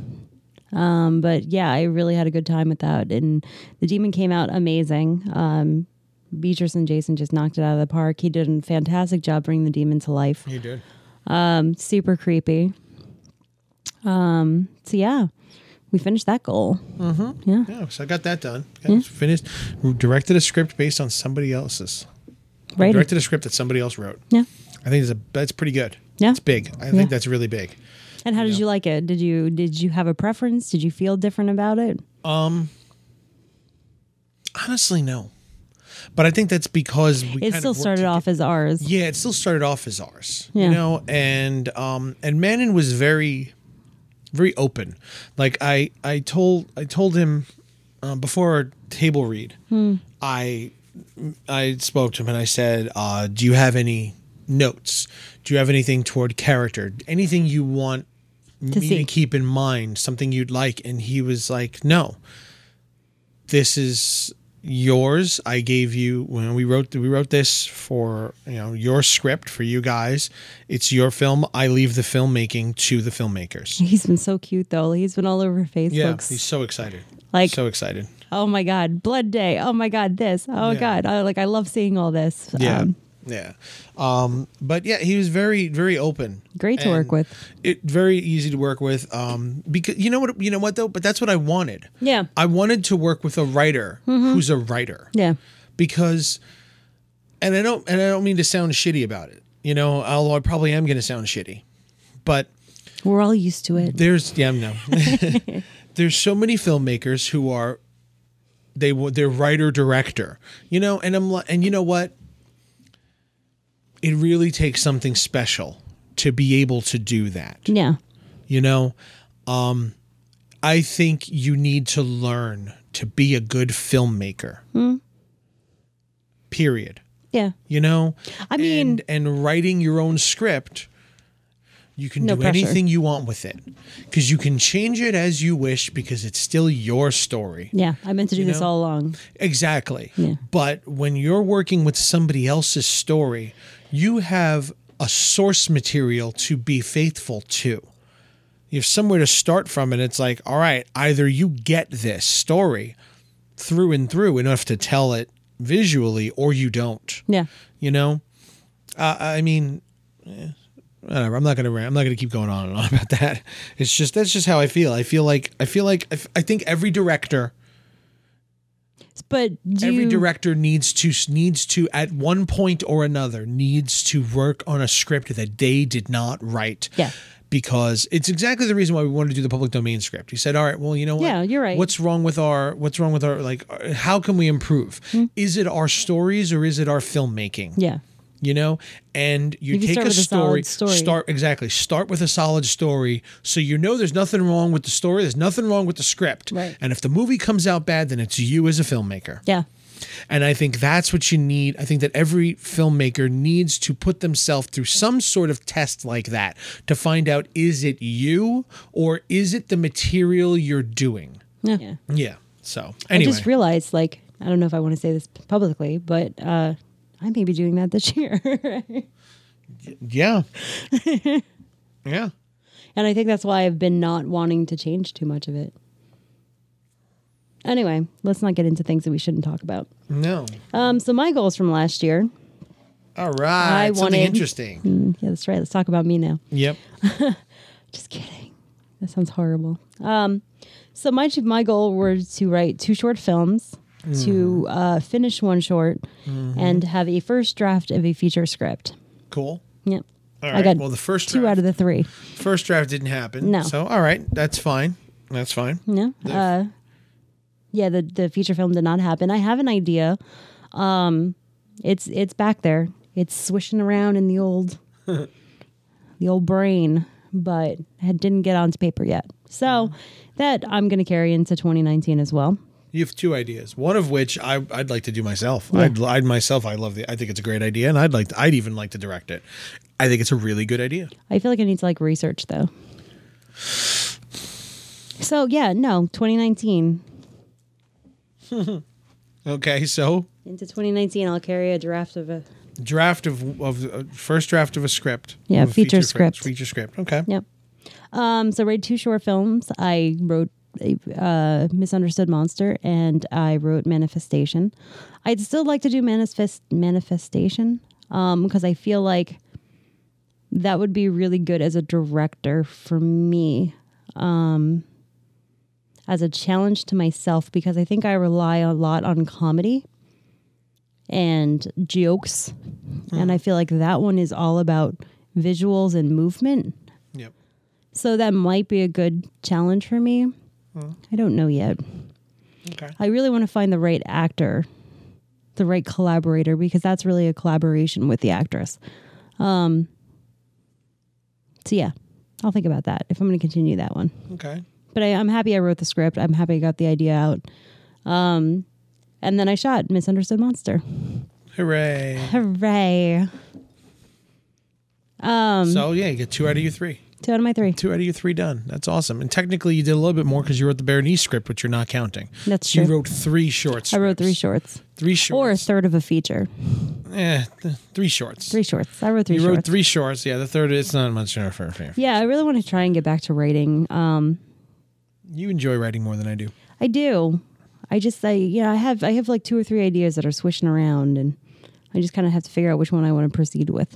[SPEAKER 2] Um, but yeah, I really had a good time with that, and the demon came out amazing. Um, Beatrice and Jason just knocked it out of the park. He did a fantastic job bringing the demon to life. Um,
[SPEAKER 1] You did.
[SPEAKER 2] Super creepy. Um, so yeah, we finished that goal.
[SPEAKER 1] Yeah. So I got that done. Got
[SPEAKER 2] Hmm?
[SPEAKER 1] it Finished. We Directed a script based on somebody else's.
[SPEAKER 2] Right.
[SPEAKER 1] Directed a script that somebody else wrote.
[SPEAKER 2] Yeah.
[SPEAKER 1] I think it's a, that's pretty good.
[SPEAKER 2] Yeah.
[SPEAKER 1] It's big. I
[SPEAKER 2] Yeah.
[SPEAKER 1] think that's really big.
[SPEAKER 2] And how did you like it? Did you did you have a preference? Did you feel different about it?
[SPEAKER 1] Honestly, no. But I think that's because we
[SPEAKER 2] It
[SPEAKER 1] kind
[SPEAKER 2] still
[SPEAKER 1] of worked
[SPEAKER 2] started off as ours.
[SPEAKER 1] yeah it still started off as ours
[SPEAKER 2] Yeah.
[SPEAKER 1] you know and um and Manon was very very open like I I told I told him um, before our table read I I spoke to him and I said uh do you have any notes do you have anything toward character anything you want me
[SPEAKER 2] see.
[SPEAKER 1] to keep in mind something you'd like and he was like no this is yours. I gave you when we wrote we wrote this for you know your script for you guys. It's your film. I leave the filmmaking to the filmmakers.
[SPEAKER 2] He's been so cute though. He's been all over Facebook.
[SPEAKER 1] Yeah, he's so excited.
[SPEAKER 2] Like-
[SPEAKER 1] so excited.
[SPEAKER 2] oh my god, blood day. Oh my god, this. Oh
[SPEAKER 1] Yeah.
[SPEAKER 2] god. I, like I love seeing all this.
[SPEAKER 1] Yeah.
[SPEAKER 2] Um,
[SPEAKER 1] yeah. Um, but yeah, he was very, very open.
[SPEAKER 2] Great to work
[SPEAKER 1] And
[SPEAKER 2] with.
[SPEAKER 1] It very easy to work with. Um, because you know what you know what though? But that's what I wanted.
[SPEAKER 2] Yeah. Mm-hmm.
[SPEAKER 1] I wanted to work with a writer who's a writer.
[SPEAKER 2] yeah.
[SPEAKER 1] because and I don't and I don't mean to sound shitty about it. You know, although I probably am going to sound shitty. But
[SPEAKER 2] We're all used to it.
[SPEAKER 1] there's yeah, no. there's so many filmmakers who are they wa- they're writer director. You know, and I'm li- and you know what? It really takes something special to be able to do that
[SPEAKER 2] Yeah.
[SPEAKER 1] you know um i think you need to learn to be a good filmmaker period
[SPEAKER 2] Yeah.
[SPEAKER 1] you know
[SPEAKER 2] I mean-
[SPEAKER 1] and, and writing your own script you can
[SPEAKER 2] No
[SPEAKER 1] do
[SPEAKER 2] pressure.
[SPEAKER 1] anything you want with it because you can change it as you wish because it's still your story
[SPEAKER 2] Yeah. I meant to do this
[SPEAKER 1] know?
[SPEAKER 2] all along.
[SPEAKER 1] Exactly.
[SPEAKER 2] Yeah.
[SPEAKER 1] But when you're working with somebody else's story, you have a source material to be faithful to. You have somewhere to start from, and it's like, all right, either you get this story through and through enough to tell it visually, or you don't.
[SPEAKER 2] Yeah.
[SPEAKER 1] You know, uh, I mean, eh, whatever. I'm not gonna. rant. I'm not gonna keep going on and on about that. It's just that's just how I feel. I feel like I feel like I f- I think every director
[SPEAKER 2] But do
[SPEAKER 1] every
[SPEAKER 2] you,
[SPEAKER 1] director needs to needs to at one point or another needs to work on a script that they did not write.
[SPEAKER 2] Yeah.
[SPEAKER 1] Because it's exactly the reason why we wanted to do the public domain script. He said, "All right, well, you know what?
[SPEAKER 2] Yeah, you're right.
[SPEAKER 1] What's wrong with our What's wrong with our like? uh, How can we improve? Is it our stories or is it our filmmaking?
[SPEAKER 2] Hmm. Yeah.
[SPEAKER 1] You know, and you
[SPEAKER 2] If you
[SPEAKER 1] take
[SPEAKER 2] start
[SPEAKER 1] a
[SPEAKER 2] with a
[SPEAKER 1] story,
[SPEAKER 2] solid story.
[SPEAKER 1] start exactly, start with a solid story, so you know there's nothing wrong with the story, there's nothing wrong with the script,
[SPEAKER 2] Right.
[SPEAKER 1] and if the movie comes out bad, then it's you as a filmmaker.
[SPEAKER 2] Yeah.
[SPEAKER 1] And I think that's what you need. I think that every filmmaker needs to put themselves through some sort of test like that to find out is it you or is it the material you're doing?
[SPEAKER 2] Yeah.
[SPEAKER 1] Yeah. So,
[SPEAKER 2] I
[SPEAKER 1] anyway.
[SPEAKER 2] just realized, like, I don't know if I want to say this publicly, but uh, I may be doing that this year.
[SPEAKER 1] yeah. yeah.
[SPEAKER 2] and I think that's why I've been not wanting to change too much of it. Anyway, let's not get into things that we shouldn't talk about.
[SPEAKER 1] No.
[SPEAKER 2] Um, so my goals from last year.
[SPEAKER 1] All right.
[SPEAKER 2] I
[SPEAKER 1] Something
[SPEAKER 2] wanted-
[SPEAKER 1] interesting.
[SPEAKER 2] Mm, Yeah, that's right. Let's talk about me now.
[SPEAKER 1] Yep.
[SPEAKER 2] Just kidding. That sounds horrible. Um, so my my goal were to write two short films, to uh, finish one short, and have a first draft of a feature script.
[SPEAKER 1] Cool.
[SPEAKER 2] Yep.
[SPEAKER 1] All
[SPEAKER 2] I
[SPEAKER 1] right.
[SPEAKER 2] got
[SPEAKER 1] well, the first
[SPEAKER 2] two
[SPEAKER 1] draft,
[SPEAKER 2] out of the three.
[SPEAKER 1] first draft didn't happen.
[SPEAKER 2] No.
[SPEAKER 1] So, all right. That's fine. That's fine.
[SPEAKER 2] No. Uh, yeah, the the feature film did not happen. I have an idea. Um, it's it's back there. It's swishing around in the old the old brain, but it didn't get onto paper yet. So that I'm going to carry into 2019 as well.
[SPEAKER 1] You have two ideas. One of which I, I'd like to do myself. I'd, I'd myself. I love the. I think it's a great idea, and I'd like. To, I'd even like to direct it. I think it's a really good idea.
[SPEAKER 2] I feel like I need to like research though. So yeah, no, 2019
[SPEAKER 1] Okay, so
[SPEAKER 2] into 2019, I'll carry a draft of a
[SPEAKER 1] draft of of uh, first draft of a script.
[SPEAKER 2] Yeah,
[SPEAKER 1] Of a
[SPEAKER 2] feature
[SPEAKER 1] fil-
[SPEAKER 2] script.
[SPEAKER 1] Feature script. Okay.
[SPEAKER 2] Yep. Um, so I wrote two short films. I wrote a, uh, Misunderstood Monster and I wrote Manifestation. I'd still like to do manifest Manifestation because I feel like that would be really good as a director for me. Um, as a challenge to myself because I think I rely a lot on comedy and jokes. And I feel like that one is all about visuals and movement.
[SPEAKER 1] Yep.
[SPEAKER 2] So that might be a good challenge for me. I don't know yet.
[SPEAKER 1] Okay.
[SPEAKER 2] I really want to find the right actor, the right collaborator, because that's really a collaboration with the actress. Um, so, yeah, I'll think about that if I'm going to continue that one.
[SPEAKER 1] Okay.
[SPEAKER 2] But I, I'm happy I wrote the script. I'm happy I got the idea out. Um, and then I shot Misunderstood Monster.
[SPEAKER 1] Hooray!
[SPEAKER 2] Hooray. Um,
[SPEAKER 1] so yeah, you get two out of your three.
[SPEAKER 2] Two out of my three.
[SPEAKER 1] Two out of your three done. That's awesome. And technically, you did a little bit more because you wrote the Berenice script, which you're not counting.
[SPEAKER 2] That's
[SPEAKER 1] so You
[SPEAKER 2] true.
[SPEAKER 1] wrote three shorts.
[SPEAKER 2] I wrote three shorts
[SPEAKER 1] Three
[SPEAKER 2] or a
[SPEAKER 1] shorts.
[SPEAKER 2] third of a feature.
[SPEAKER 1] eh, th- three shorts.
[SPEAKER 2] Three shorts. I wrote three
[SPEAKER 1] You
[SPEAKER 2] shorts.
[SPEAKER 1] wrote three shorts. Yeah, the third. It's not much of a fair.
[SPEAKER 2] Yeah, I really want to try and get back to writing. Um,
[SPEAKER 1] You enjoy writing more than I do.
[SPEAKER 2] I do. I just, I you know, I have, I have like two or three ideas that are swishing around, and I just kind of have to figure out which one I want to proceed with.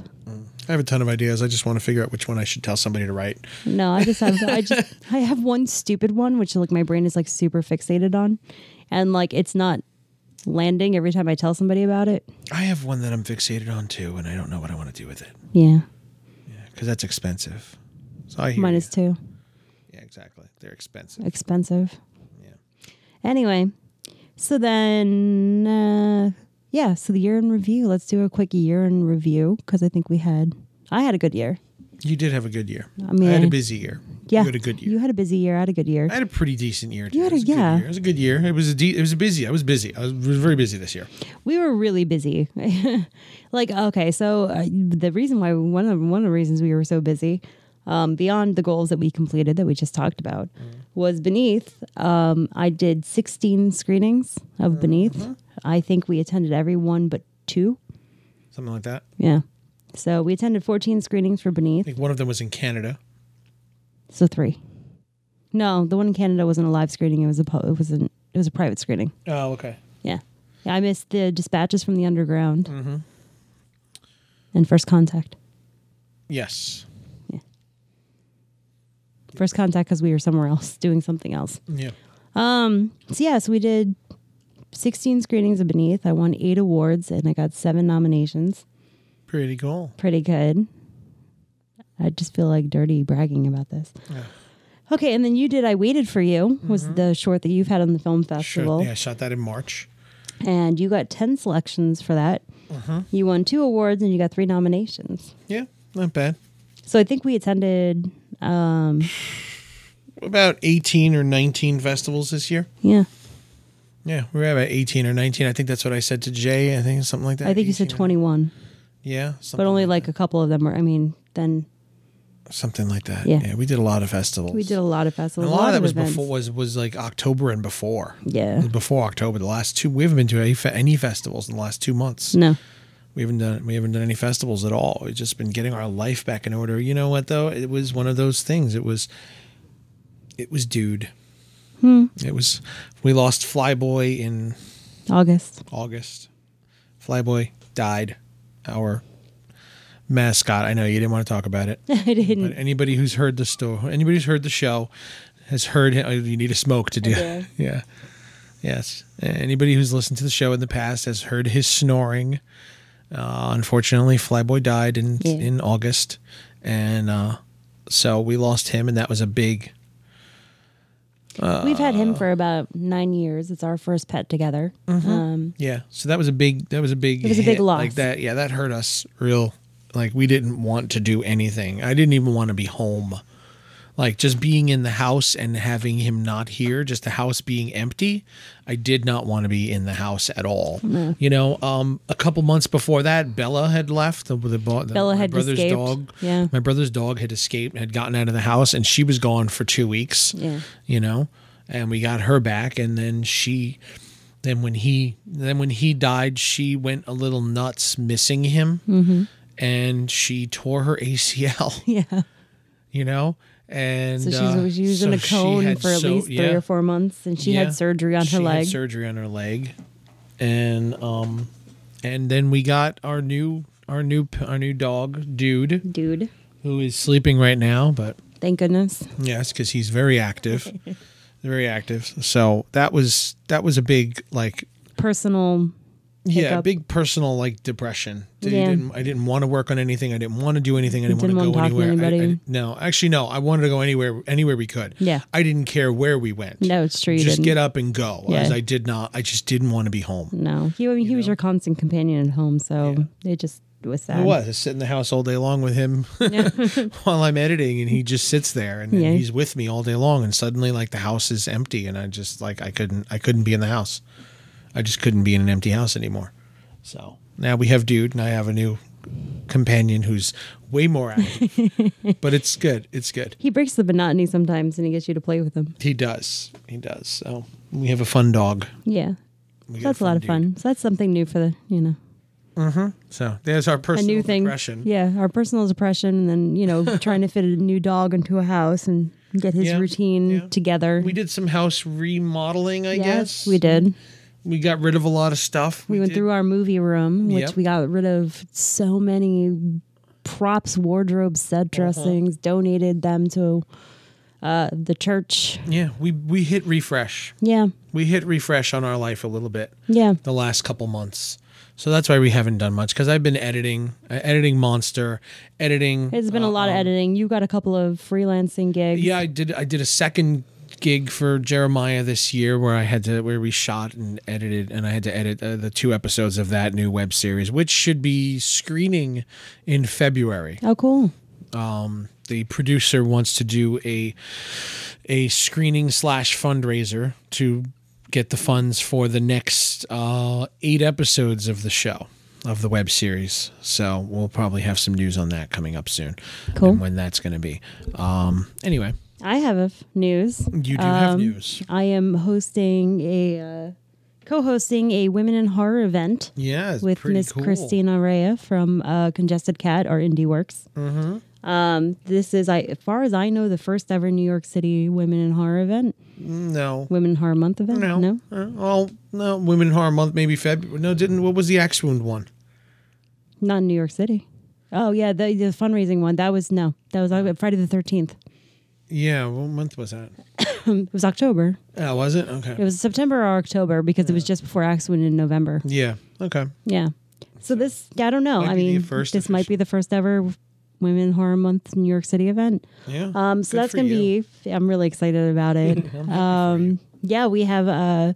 [SPEAKER 1] I have a ton of ideas. I just want to figure out which one I should tell somebody to write.
[SPEAKER 2] No, I just have, I just, I have one stupid one which like my brain is like super fixated on, and like it's not landing every time I tell somebody about it.
[SPEAKER 1] I have one that I'm fixated on too, and I don't know what I want to do with it
[SPEAKER 2] Yeah,
[SPEAKER 1] because that's expensive. So I hear
[SPEAKER 2] mine
[SPEAKER 1] you.
[SPEAKER 2] is too
[SPEAKER 1] yeah, exactly. They're expensive.
[SPEAKER 2] expensive.
[SPEAKER 1] Yeah.
[SPEAKER 2] Anyway, so then, uh, yeah, so the year in review. Let's do a quick year in review because I think we had, I had a good year.
[SPEAKER 1] You did have a good year. I
[SPEAKER 2] mean,
[SPEAKER 1] had
[SPEAKER 2] I-
[SPEAKER 1] a busy year.
[SPEAKER 2] Yeah,
[SPEAKER 1] you had a good year.
[SPEAKER 2] You had a busy year. I had a good year.
[SPEAKER 1] I had a pretty decent year. Too.
[SPEAKER 2] had a-
[SPEAKER 1] it was good
[SPEAKER 2] yeah.
[SPEAKER 1] year. It was a good year. It was a de- it was a busy. I was busy. I was, was very busy this year.
[SPEAKER 2] We were really busy. like, okay, so uh, the reason why one of one of the reasons we were so busy, um, beyond the goals that we completed that we just talked about,
[SPEAKER 1] Mm.
[SPEAKER 2] was Beneath. Um, I did sixteen screenings of
[SPEAKER 1] Mm-hmm.
[SPEAKER 2] Beneath. I think we attended every one but two.
[SPEAKER 1] Something like that.
[SPEAKER 2] Yeah. So we attended 14 screenings for
[SPEAKER 1] I
[SPEAKER 2] Beneath.
[SPEAKER 1] think one of them was in Canada.
[SPEAKER 2] So three. No, the one in Canada wasn't a live screening. It was a pu- it was an it was a private screening.
[SPEAKER 1] Oh, okay.
[SPEAKER 2] Yeah. Yeah, I missed the dispatches from the underground
[SPEAKER 1] Mm-hmm.
[SPEAKER 2] and first contact.
[SPEAKER 1] Yes.
[SPEAKER 2] First contact because we were somewhere else doing something else. Um,
[SPEAKER 1] Yeah.
[SPEAKER 2] So, yeah, so we did 16 screenings of Beneath. I won eight awards and I got seven nominations.
[SPEAKER 1] Pretty cool.
[SPEAKER 2] Pretty good. I just feel like dirty bragging about this. Okay, and then you did I Waited for You, was the short that you've had on the film festival.
[SPEAKER 1] Mm-hmm. Sure. Yeah, I shot that in March.
[SPEAKER 2] And you got 10 selections for that.
[SPEAKER 1] Mm-hmm.
[SPEAKER 2] You won two awards and you got three nominations.
[SPEAKER 1] Yeah, not bad.
[SPEAKER 2] So I think we attended, um,
[SPEAKER 1] About 18 or 19 festivals this year.
[SPEAKER 2] yeah,
[SPEAKER 1] Yeah, we were about 18 or 19. I think that's what I said to Jay. I think it's something like that.
[SPEAKER 2] I think you said
[SPEAKER 1] 18.
[SPEAKER 2] 21,
[SPEAKER 1] Yeah, something,
[SPEAKER 2] but only like a couple of them were. I mean, then
[SPEAKER 1] something like that.
[SPEAKER 2] Yeah.
[SPEAKER 1] Yeah. we did a lot of festivals.
[SPEAKER 2] we did a lot of
[SPEAKER 1] And
[SPEAKER 2] festivals.
[SPEAKER 1] a lot, of that was
[SPEAKER 2] events.
[SPEAKER 1] before was was like October and before.
[SPEAKER 2] Yeah.
[SPEAKER 1] Before October, the last two we haven't been to any, fe- any festivals in the last two months.
[SPEAKER 2] No.
[SPEAKER 1] We haven't done we haven't done any festivals at all. We've just been getting our life back in order. You know what though? It was one of those things. It was it was dude. It was we lost Flyboy in
[SPEAKER 2] August.
[SPEAKER 1] August. Flyboy died. Our mascot. I know you didn't want to talk about it.
[SPEAKER 2] I
[SPEAKER 1] But
[SPEAKER 2] didn't.
[SPEAKER 1] anybody who's heard the story, anybody who's heard the show, has heard him. oh, You need a smoke to do.
[SPEAKER 2] do.
[SPEAKER 1] yeah. Yes. Anybody who's listened to the show in the past has heard his snoring. Uh, unfortunately, Flyboy died in
[SPEAKER 2] Yeah.
[SPEAKER 1] in August, and uh, so we lost him, and that was a big.
[SPEAKER 2] We've had
[SPEAKER 1] uh,
[SPEAKER 2] him for about nine years. It's our first pet together.
[SPEAKER 1] Mm.
[SPEAKER 2] Um,
[SPEAKER 1] Yeah. So that was a big. That was a big.
[SPEAKER 2] It was a big
[SPEAKER 1] hit.
[SPEAKER 2] loss.
[SPEAKER 1] Like that. Yeah, that hurt us real. Like we didn't want to do anything. I didn't even want to be home. Like just being in the house and having him not here, just the house being empty. I did not want to be in the house at all.
[SPEAKER 2] Mm.
[SPEAKER 1] You know, um, a couple months before that, Bella had left. The, the, bo- the-
[SPEAKER 2] Bella
[SPEAKER 1] my
[SPEAKER 2] had
[SPEAKER 1] brother's
[SPEAKER 2] escaped.
[SPEAKER 1] dog.
[SPEAKER 2] Yeah.
[SPEAKER 1] my brother's dog had escaped, had gotten out of the house, and she was gone for two weeks
[SPEAKER 2] Yeah.
[SPEAKER 1] you know and we got her back and then she then when he then when he died she went a little nuts missing him
[SPEAKER 2] Mm-hmm.
[SPEAKER 1] and she tore her acl
[SPEAKER 2] yeah.
[SPEAKER 1] you know and
[SPEAKER 2] So she's,
[SPEAKER 1] uh,
[SPEAKER 2] she was in
[SPEAKER 1] so
[SPEAKER 2] a
[SPEAKER 1] she
[SPEAKER 2] cone
[SPEAKER 1] had
[SPEAKER 2] for at
[SPEAKER 1] so-
[SPEAKER 2] least three
[SPEAKER 1] yeah,
[SPEAKER 2] or four months, and she
[SPEAKER 1] yeah.
[SPEAKER 2] had surgery on
[SPEAKER 1] She
[SPEAKER 2] her
[SPEAKER 1] had
[SPEAKER 2] leg.
[SPEAKER 1] surgery on her leg and um and then we got our new our new our new dog dude
[SPEAKER 2] Dude,
[SPEAKER 1] who is sleeping right now but
[SPEAKER 2] thank goodness.
[SPEAKER 1] Yes, because he's very active, very active. So that was that was a big like
[SPEAKER 2] Personal.
[SPEAKER 1] yeah,
[SPEAKER 2] Hiccup.
[SPEAKER 1] big personal like depression. Dude,
[SPEAKER 2] Yeah.
[SPEAKER 1] didn't, I didn't want to work on anything. I didn't want to do anything. I didn't,
[SPEAKER 2] didn't
[SPEAKER 1] want to
[SPEAKER 2] wanna
[SPEAKER 1] go
[SPEAKER 2] talk to
[SPEAKER 1] anywhere. I- I,
[SPEAKER 2] anybody.
[SPEAKER 1] didn't- no, actually, no. I wanted to go anywhere anywhere we could.
[SPEAKER 2] Yeah.
[SPEAKER 1] I didn't care where we went.
[SPEAKER 2] No, it's true. You
[SPEAKER 1] just
[SPEAKER 2] didn't.
[SPEAKER 1] get up and go.
[SPEAKER 2] Yeah.
[SPEAKER 1] As I did not. I just didn't want to be home.
[SPEAKER 2] No, he, I mean, he was your constant companion at home, so it just was sad.
[SPEAKER 1] I was I sit in the house all day long with him while I'm editing, and he just sits there, and, and
[SPEAKER 2] Yeah.
[SPEAKER 1] he's with me all day long. And suddenly, like the house is empty, and I just like I couldn't I couldn't be in the house. I just couldn't be in an empty house anymore. So now we have dude, and I have a new companion who's way more active, but it's good. It's good.
[SPEAKER 2] He breaks the monotony sometimes, and he gets you to play with him.
[SPEAKER 1] He does. He does. So we have a fun dog.
[SPEAKER 2] Yeah,
[SPEAKER 1] We got
[SPEAKER 2] that's a lot of
[SPEAKER 1] dude.
[SPEAKER 2] fun. So that's something new for the you know
[SPEAKER 1] So there's our
[SPEAKER 2] a
[SPEAKER 1] personal
[SPEAKER 2] new thing.
[SPEAKER 1] depression.
[SPEAKER 2] Yeah, our personal depression, and then you know trying to fit a new dog into a house and get his
[SPEAKER 1] Yeah,
[SPEAKER 2] routine
[SPEAKER 1] yeah.
[SPEAKER 2] together.
[SPEAKER 1] We did some house remodeling, I
[SPEAKER 2] yes,
[SPEAKER 1] guess.
[SPEAKER 2] we did.
[SPEAKER 1] We got rid of a lot of stuff.
[SPEAKER 2] We, went
[SPEAKER 1] did.
[SPEAKER 2] through our movie room, which
[SPEAKER 1] Yep.
[SPEAKER 2] we got rid of so many props, wardrobes,
[SPEAKER 1] Uh-huh.
[SPEAKER 2] set dressings, donated them to uh, the church.
[SPEAKER 1] Yeah, we we hit refresh.
[SPEAKER 2] Yeah,
[SPEAKER 1] We hit refresh on our life a little bit
[SPEAKER 2] yeah.
[SPEAKER 1] the last couple months. So that's why we haven't done much because I've been editing, uh, editing Monster, editing.
[SPEAKER 2] It's been
[SPEAKER 1] uh,
[SPEAKER 2] a lot of editing. You got a couple of freelancing gigs.
[SPEAKER 1] yeah, I did. I did a second gig for Jeremiah this year where I had to where we shot and edited, and I had to edit uh, the two episodes of that new web series, which should be screening in February.
[SPEAKER 2] Oh, cool.
[SPEAKER 1] um, the producer wants to do a a screening slash fundraiser to get the funds for the next uh, eight episodes of the show of the web series. So we'll probably have some news on that coming up soon.
[SPEAKER 2] Cool.
[SPEAKER 1] And when that's going to be. Um, anyway,
[SPEAKER 2] I have a f- news.
[SPEAKER 1] you do
[SPEAKER 2] Um,
[SPEAKER 1] have news.
[SPEAKER 2] I am hosting a uh, co-hosting a women in horror event
[SPEAKER 1] Yeah, it's
[SPEAKER 2] with
[SPEAKER 1] pretty
[SPEAKER 2] Miss
[SPEAKER 1] cool.
[SPEAKER 2] Christina Rea from uh, Congested Cat or Indie Works. Mm-hmm. Um, this is, I, as far as I know, the first ever New York City Women in Horror event,
[SPEAKER 1] No.
[SPEAKER 2] Women in Horror Month event.
[SPEAKER 1] No.
[SPEAKER 2] Mm, no?
[SPEAKER 1] Uh, well, no. Women in Horror Month, maybe February. No, didn't. What was the Axe Wound one?
[SPEAKER 2] not in New York City. Oh yeah, the, the fundraising one. That was no, that was uh, Friday the thirteenth. Um,
[SPEAKER 1] Yeah, what month was that?
[SPEAKER 2] It was October.
[SPEAKER 1] Oh, was it? Okay.
[SPEAKER 2] It was September or October because it was just before Axwin in November.
[SPEAKER 1] yeah. Okay.
[SPEAKER 2] Yeah. So this, I don't know.
[SPEAKER 1] Might
[SPEAKER 2] I
[SPEAKER 1] be the
[SPEAKER 2] mean,
[SPEAKER 1] first
[SPEAKER 2] this might be the first ever Women Horror Month New York City event.
[SPEAKER 1] Yeah.
[SPEAKER 2] Um, so
[SPEAKER 1] Good
[SPEAKER 2] that's
[SPEAKER 1] for
[SPEAKER 2] gonna
[SPEAKER 1] you.
[SPEAKER 2] be. I'm really excited about it. um, yeah, we have uh,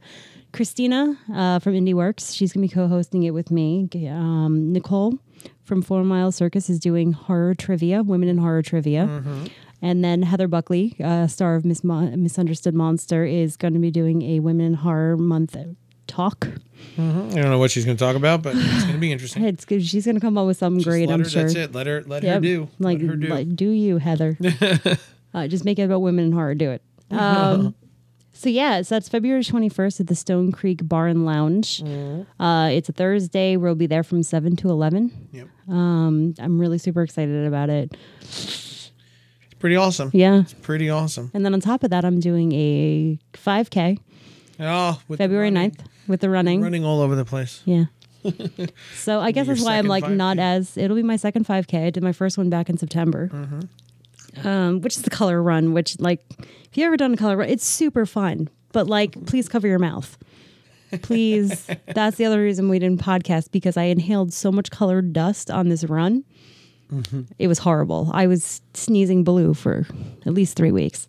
[SPEAKER 2] Christina uh, from Indie Works. She's gonna be co-hosting it with me.
[SPEAKER 1] Mm-hmm.
[SPEAKER 2] Um, Nicole from Four Mile Circus is doing horror trivia, women in horror trivia. And then Heather Buckley, uh, star of Miss Mon- Misunderstood Monster, is going to be doing a Women in Horror Month talk.
[SPEAKER 1] I don't know what she's going to talk about, but it's going to be interesting.
[SPEAKER 2] It's good. She's going to come up with something
[SPEAKER 1] Just
[SPEAKER 2] great,
[SPEAKER 1] let
[SPEAKER 2] I'm
[SPEAKER 1] her-
[SPEAKER 2] sure.
[SPEAKER 1] That's it. Let her let her
[SPEAKER 2] Yep.
[SPEAKER 1] do.
[SPEAKER 2] Like,
[SPEAKER 1] let her do.
[SPEAKER 2] like, do you, Heather? uh, just make it about women in horror. Do it. Um, so yeah, so that's February twenty first at the Stone Creek Bar and Lounge.
[SPEAKER 1] Mm.
[SPEAKER 2] Uh, it's a Thursday. We'll be there from seven to eleven.
[SPEAKER 1] Yep.
[SPEAKER 2] Um, I'm really super excited about it.
[SPEAKER 1] It's pretty awesome.
[SPEAKER 2] Yeah.
[SPEAKER 1] Pretty awesome.
[SPEAKER 2] And then on top of that, I'm doing a 5K
[SPEAKER 1] Oh, with the
[SPEAKER 2] February
[SPEAKER 1] running-
[SPEAKER 2] 9th with the running.
[SPEAKER 1] Running all over the place.
[SPEAKER 2] Yeah. so I guess
[SPEAKER 1] Your
[SPEAKER 2] that's why I'm
[SPEAKER 1] second
[SPEAKER 2] like
[SPEAKER 1] 5K.
[SPEAKER 2] not as. It'll be my second 5K. I did my first one back in September,
[SPEAKER 1] Mm-hmm.
[SPEAKER 2] um, which is the color run. Which like, if you ever done a color run, it's super fun. But like, please cover your mouth. Please. that's the other reason we didn't podcast because I inhaled so much colored dust on this run.
[SPEAKER 1] Mm-hmm.
[SPEAKER 2] It was horrible. I was sneezing blue for at least three weeks.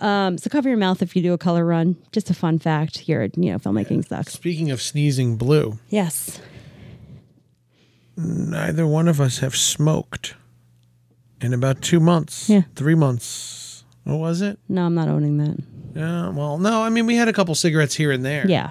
[SPEAKER 2] Um, so cover your mouth if you do a color run. Just a fun fact here at you know filmmaking sucks.
[SPEAKER 1] Speaking of sneezing blue,
[SPEAKER 2] Yes.
[SPEAKER 1] neither one of us have smoked in about two months.
[SPEAKER 2] Yeah.
[SPEAKER 1] Three months. What was it?
[SPEAKER 2] No, I'm not owning that.
[SPEAKER 1] Yeah. Well, no. I mean, we had a couple cigarettes here and there.
[SPEAKER 2] Yeah.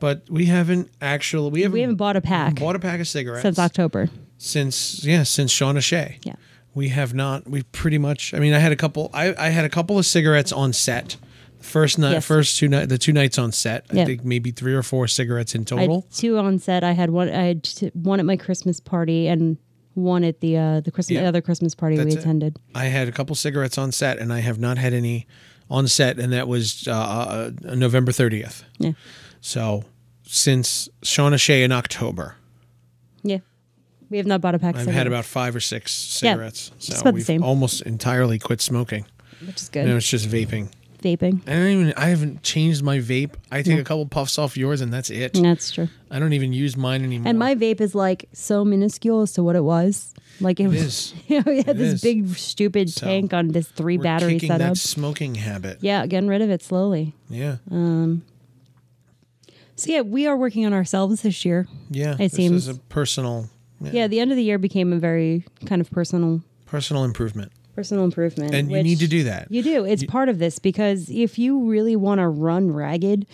[SPEAKER 1] But we haven't actually. We haven't.
[SPEAKER 2] We haven't bought a pack
[SPEAKER 1] bought a pack of cigarettes
[SPEAKER 2] since October.
[SPEAKER 1] since yeah since Shauna Shea.
[SPEAKER 2] Yeah.
[SPEAKER 1] We have not. We pretty much. I mean, I had a couple. I, I had a couple of cigarettes on set. First night,
[SPEAKER 2] Yes.
[SPEAKER 1] first two night, the two nights on set. I
[SPEAKER 2] Yeah.
[SPEAKER 1] think maybe three or four cigarettes in
[SPEAKER 2] I
[SPEAKER 1] total.
[SPEAKER 2] had two on set. I had one I had t- one at my Christmas party and one at the uh the Christmas
[SPEAKER 1] Yeah.
[SPEAKER 2] the other Christmas party
[SPEAKER 1] That's
[SPEAKER 2] we
[SPEAKER 1] it.
[SPEAKER 2] attended.
[SPEAKER 1] I had a couple cigarettes on set, and I have not had any on set, and that was uh, uh, November thirtieth.
[SPEAKER 2] Yeah.
[SPEAKER 1] So since Shauna Shea in October,
[SPEAKER 2] Yeah. We have not bought a pack
[SPEAKER 1] I've
[SPEAKER 2] since,
[SPEAKER 1] had about five or six
[SPEAKER 2] Yeah,
[SPEAKER 1] cigarettes.
[SPEAKER 2] it's
[SPEAKER 1] So
[SPEAKER 2] about the
[SPEAKER 1] we've
[SPEAKER 2] same.
[SPEAKER 1] almost entirely quit smoking.
[SPEAKER 2] which is good.
[SPEAKER 1] Now it's just vaping.
[SPEAKER 2] Vaping.
[SPEAKER 1] I don't even. I haven't changed my vape. I take a couple puffs off yours, and that's it.
[SPEAKER 2] That's true.
[SPEAKER 1] I don't even use mine anymore.
[SPEAKER 2] And my vape is like so minuscule as to what it was. Like it, was
[SPEAKER 1] is.
[SPEAKER 2] you know, we had
[SPEAKER 1] It
[SPEAKER 2] this
[SPEAKER 1] is.
[SPEAKER 2] big stupid
[SPEAKER 1] So,
[SPEAKER 2] tank on this three
[SPEAKER 1] We're
[SPEAKER 2] battery
[SPEAKER 1] kicking
[SPEAKER 2] setup.
[SPEAKER 1] that smoking habit.
[SPEAKER 2] Yeah, getting rid of it slowly.
[SPEAKER 1] Yeah,
[SPEAKER 2] Uh, So yeah, we are working on ourselves this year.
[SPEAKER 1] yeah.
[SPEAKER 2] It
[SPEAKER 1] this
[SPEAKER 2] seems-
[SPEAKER 1] is a personal,
[SPEAKER 2] Yeah, the end of the year became a very kind of personal
[SPEAKER 1] personal improvement,
[SPEAKER 2] personal improvement.
[SPEAKER 1] and you need
[SPEAKER 2] which
[SPEAKER 1] to do that.
[SPEAKER 2] You do. It's part of this because if you really want to run ragged,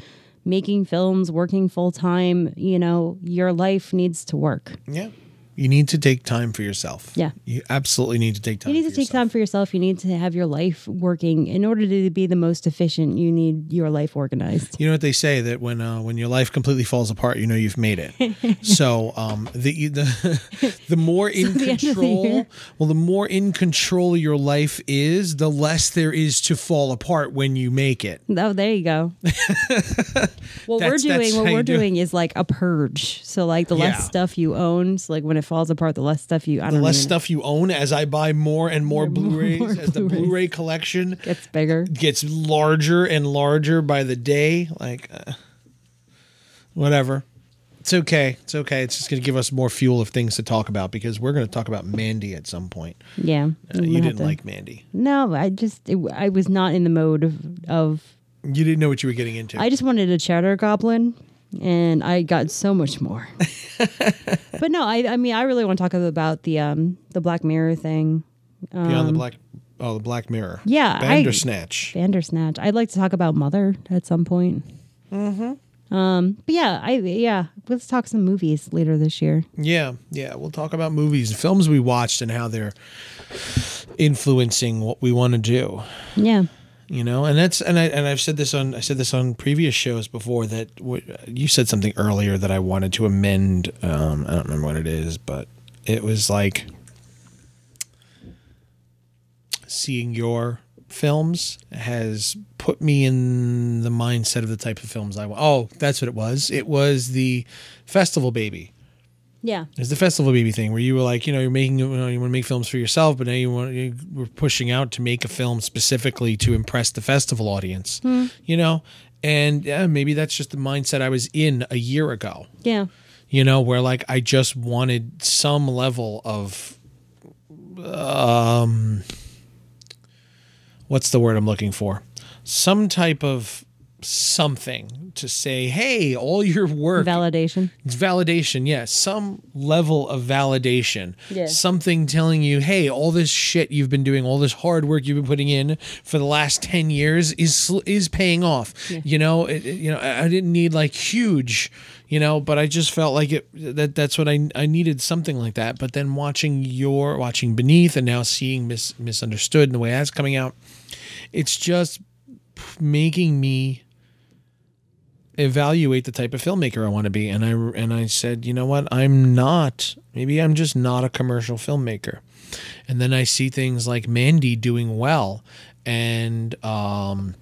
[SPEAKER 2] making films, working full time, you know, your life needs to work.
[SPEAKER 1] yeah, you need to take time for yourself.
[SPEAKER 2] Yeah.
[SPEAKER 1] you absolutely need to take time.
[SPEAKER 2] You need
[SPEAKER 1] for
[SPEAKER 2] to take
[SPEAKER 1] yourself.
[SPEAKER 2] time for yourself. You need to have your life working. In order to be the most efficient, you need your life organized.
[SPEAKER 1] You know what they say that when uh, when your life completely falls apart, you know you've made it. so um, the the the more in
[SPEAKER 2] the end of the
[SPEAKER 1] control,
[SPEAKER 2] year-
[SPEAKER 1] well, the more in control your life is, the less there is to fall apart when you make it.
[SPEAKER 2] Oh, there you go. what we're
[SPEAKER 1] That's- that's
[SPEAKER 2] doing,
[SPEAKER 1] how
[SPEAKER 2] what
[SPEAKER 1] you
[SPEAKER 2] we're
[SPEAKER 1] do it.
[SPEAKER 2] doing is like a purge. So like the
[SPEAKER 1] Yeah.
[SPEAKER 2] less stuff you own, so like when it falls apart, the less stuff you I don't
[SPEAKER 1] The less
[SPEAKER 2] even-
[SPEAKER 1] stuff you own, as I buy more and more Blu-rays,
[SPEAKER 2] Mm. more
[SPEAKER 1] as the
[SPEAKER 2] Blu-rays.
[SPEAKER 1] Blu-ray collection
[SPEAKER 2] gets bigger.
[SPEAKER 1] gets larger and larger by the day. Like, uh, whatever. It's okay. It's okay. It's just going to give us more fuel of things to talk about because we're going to talk about Mandy at some point. Uh,
[SPEAKER 2] Yeah. I'm gonna
[SPEAKER 1] you
[SPEAKER 2] have
[SPEAKER 1] didn't
[SPEAKER 2] to-
[SPEAKER 1] like Mandy.
[SPEAKER 2] No, I just it, I was not in the mode of, of
[SPEAKER 1] You didn't know what you were getting into.
[SPEAKER 2] I just wanted a cheddar goblin and I got so much more. but no, I I mean I really want to talk about the um the Black Mirror thing.
[SPEAKER 1] Beyond the Black, oh, the Black Mirror.
[SPEAKER 2] um, Yeah, I-
[SPEAKER 1] Bandersnatch.
[SPEAKER 2] Bandersnatch. I'd like to talk about Mother at some point. Mm-hmm. Um but yeah, I yeah, let's talk some movies later this year.
[SPEAKER 1] yeah, yeah. We'll talk about movies, and films we watched, and how they're influencing what we want to do.
[SPEAKER 2] Yeah.
[SPEAKER 1] you know and that's and i and i've said this on i said this on previous shows before that w- you said something earlier that i wanted to amend um i don't remember what it is but it was like seeing your films has put me in the mindset of the type of films i want oh that's what it was it was the festival baby
[SPEAKER 2] Yeah.
[SPEAKER 1] it's the festival baby thing where you were like, you know, you're making, you, know, you want to make films for yourself, but now you want, you were pushing out to make a film specifically to impress the festival audience, you know? And yeah, maybe that's just the mindset I was in a year ago,
[SPEAKER 2] Yeah.
[SPEAKER 1] you know, where like I just wanted some level of, um, what's the word I'm looking for? Some type of something to say, hey, all your work
[SPEAKER 2] Validation.
[SPEAKER 1] it's validation, yes. Some level of validation.
[SPEAKER 2] Yeah.
[SPEAKER 1] Something telling you, hey, all this shit you've been doing, all this hard work you've been putting in for the last 10 years is sl- is paying off. You know, it, it- you know, I I didn't need like huge, you know, but I just felt like it that that's what I I needed something like that. But then watching your watching beneath and now seeing mis- misunderstood and the way that's coming out, it's just making me evaluate the type of filmmaker I want to be. And I and I said, you know what? I'm not. Maybe I'm just not a commercial filmmaker. And then I see things like Mandy doing well, and um,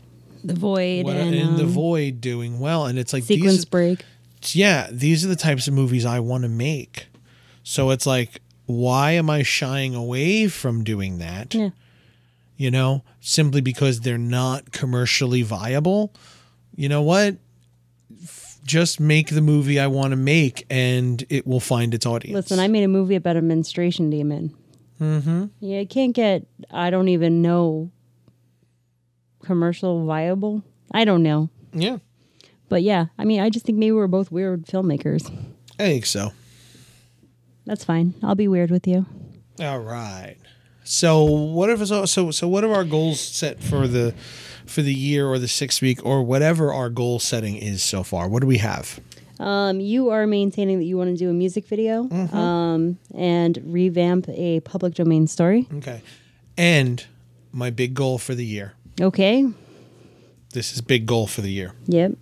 [SPEAKER 2] The void
[SPEAKER 1] what-
[SPEAKER 2] and,
[SPEAKER 1] and the
[SPEAKER 2] um,
[SPEAKER 1] Void doing well. And it's like
[SPEAKER 2] sequence
[SPEAKER 1] these,
[SPEAKER 2] break.
[SPEAKER 1] yeah, these are the types of movies I want to make. So it's like, why am I shying away from doing that?
[SPEAKER 2] Yeah.
[SPEAKER 1] You know, simply because they're not commercially viable. You know what? F- Just make the movie I want to make and it will find its audience.
[SPEAKER 2] Listen, I made a movie about a menstruation demon. Mm-hmm. Yeah, I can't get. I don't even know. Commercial viable? I don't know.
[SPEAKER 1] yeah,
[SPEAKER 2] But yeah, I mean, I just think maybe we're both weird filmmakers.
[SPEAKER 1] I think so.
[SPEAKER 2] That's fine. I'll be weird with you.
[SPEAKER 1] All right. So what if so so what are our goals set for the for the year or the six week or whatever our goal setting is so far? What do we have?
[SPEAKER 2] Um, you are maintaining that you want to do a music video
[SPEAKER 1] Mm-hmm.
[SPEAKER 2] um, and revamp a public domain story.
[SPEAKER 1] Okay. And my big goal for the year.
[SPEAKER 2] Okay.
[SPEAKER 1] This is big goal for the year.
[SPEAKER 2] Yep.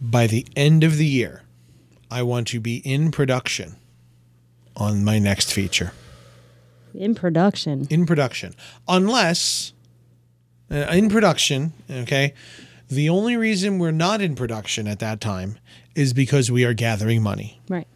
[SPEAKER 1] By the end of the year, I want to be in production on my next feature.
[SPEAKER 2] In production.
[SPEAKER 1] In production. Unless uh, in production, okay? The only reason we're not in production at that time is because we are gathering money.
[SPEAKER 2] Right.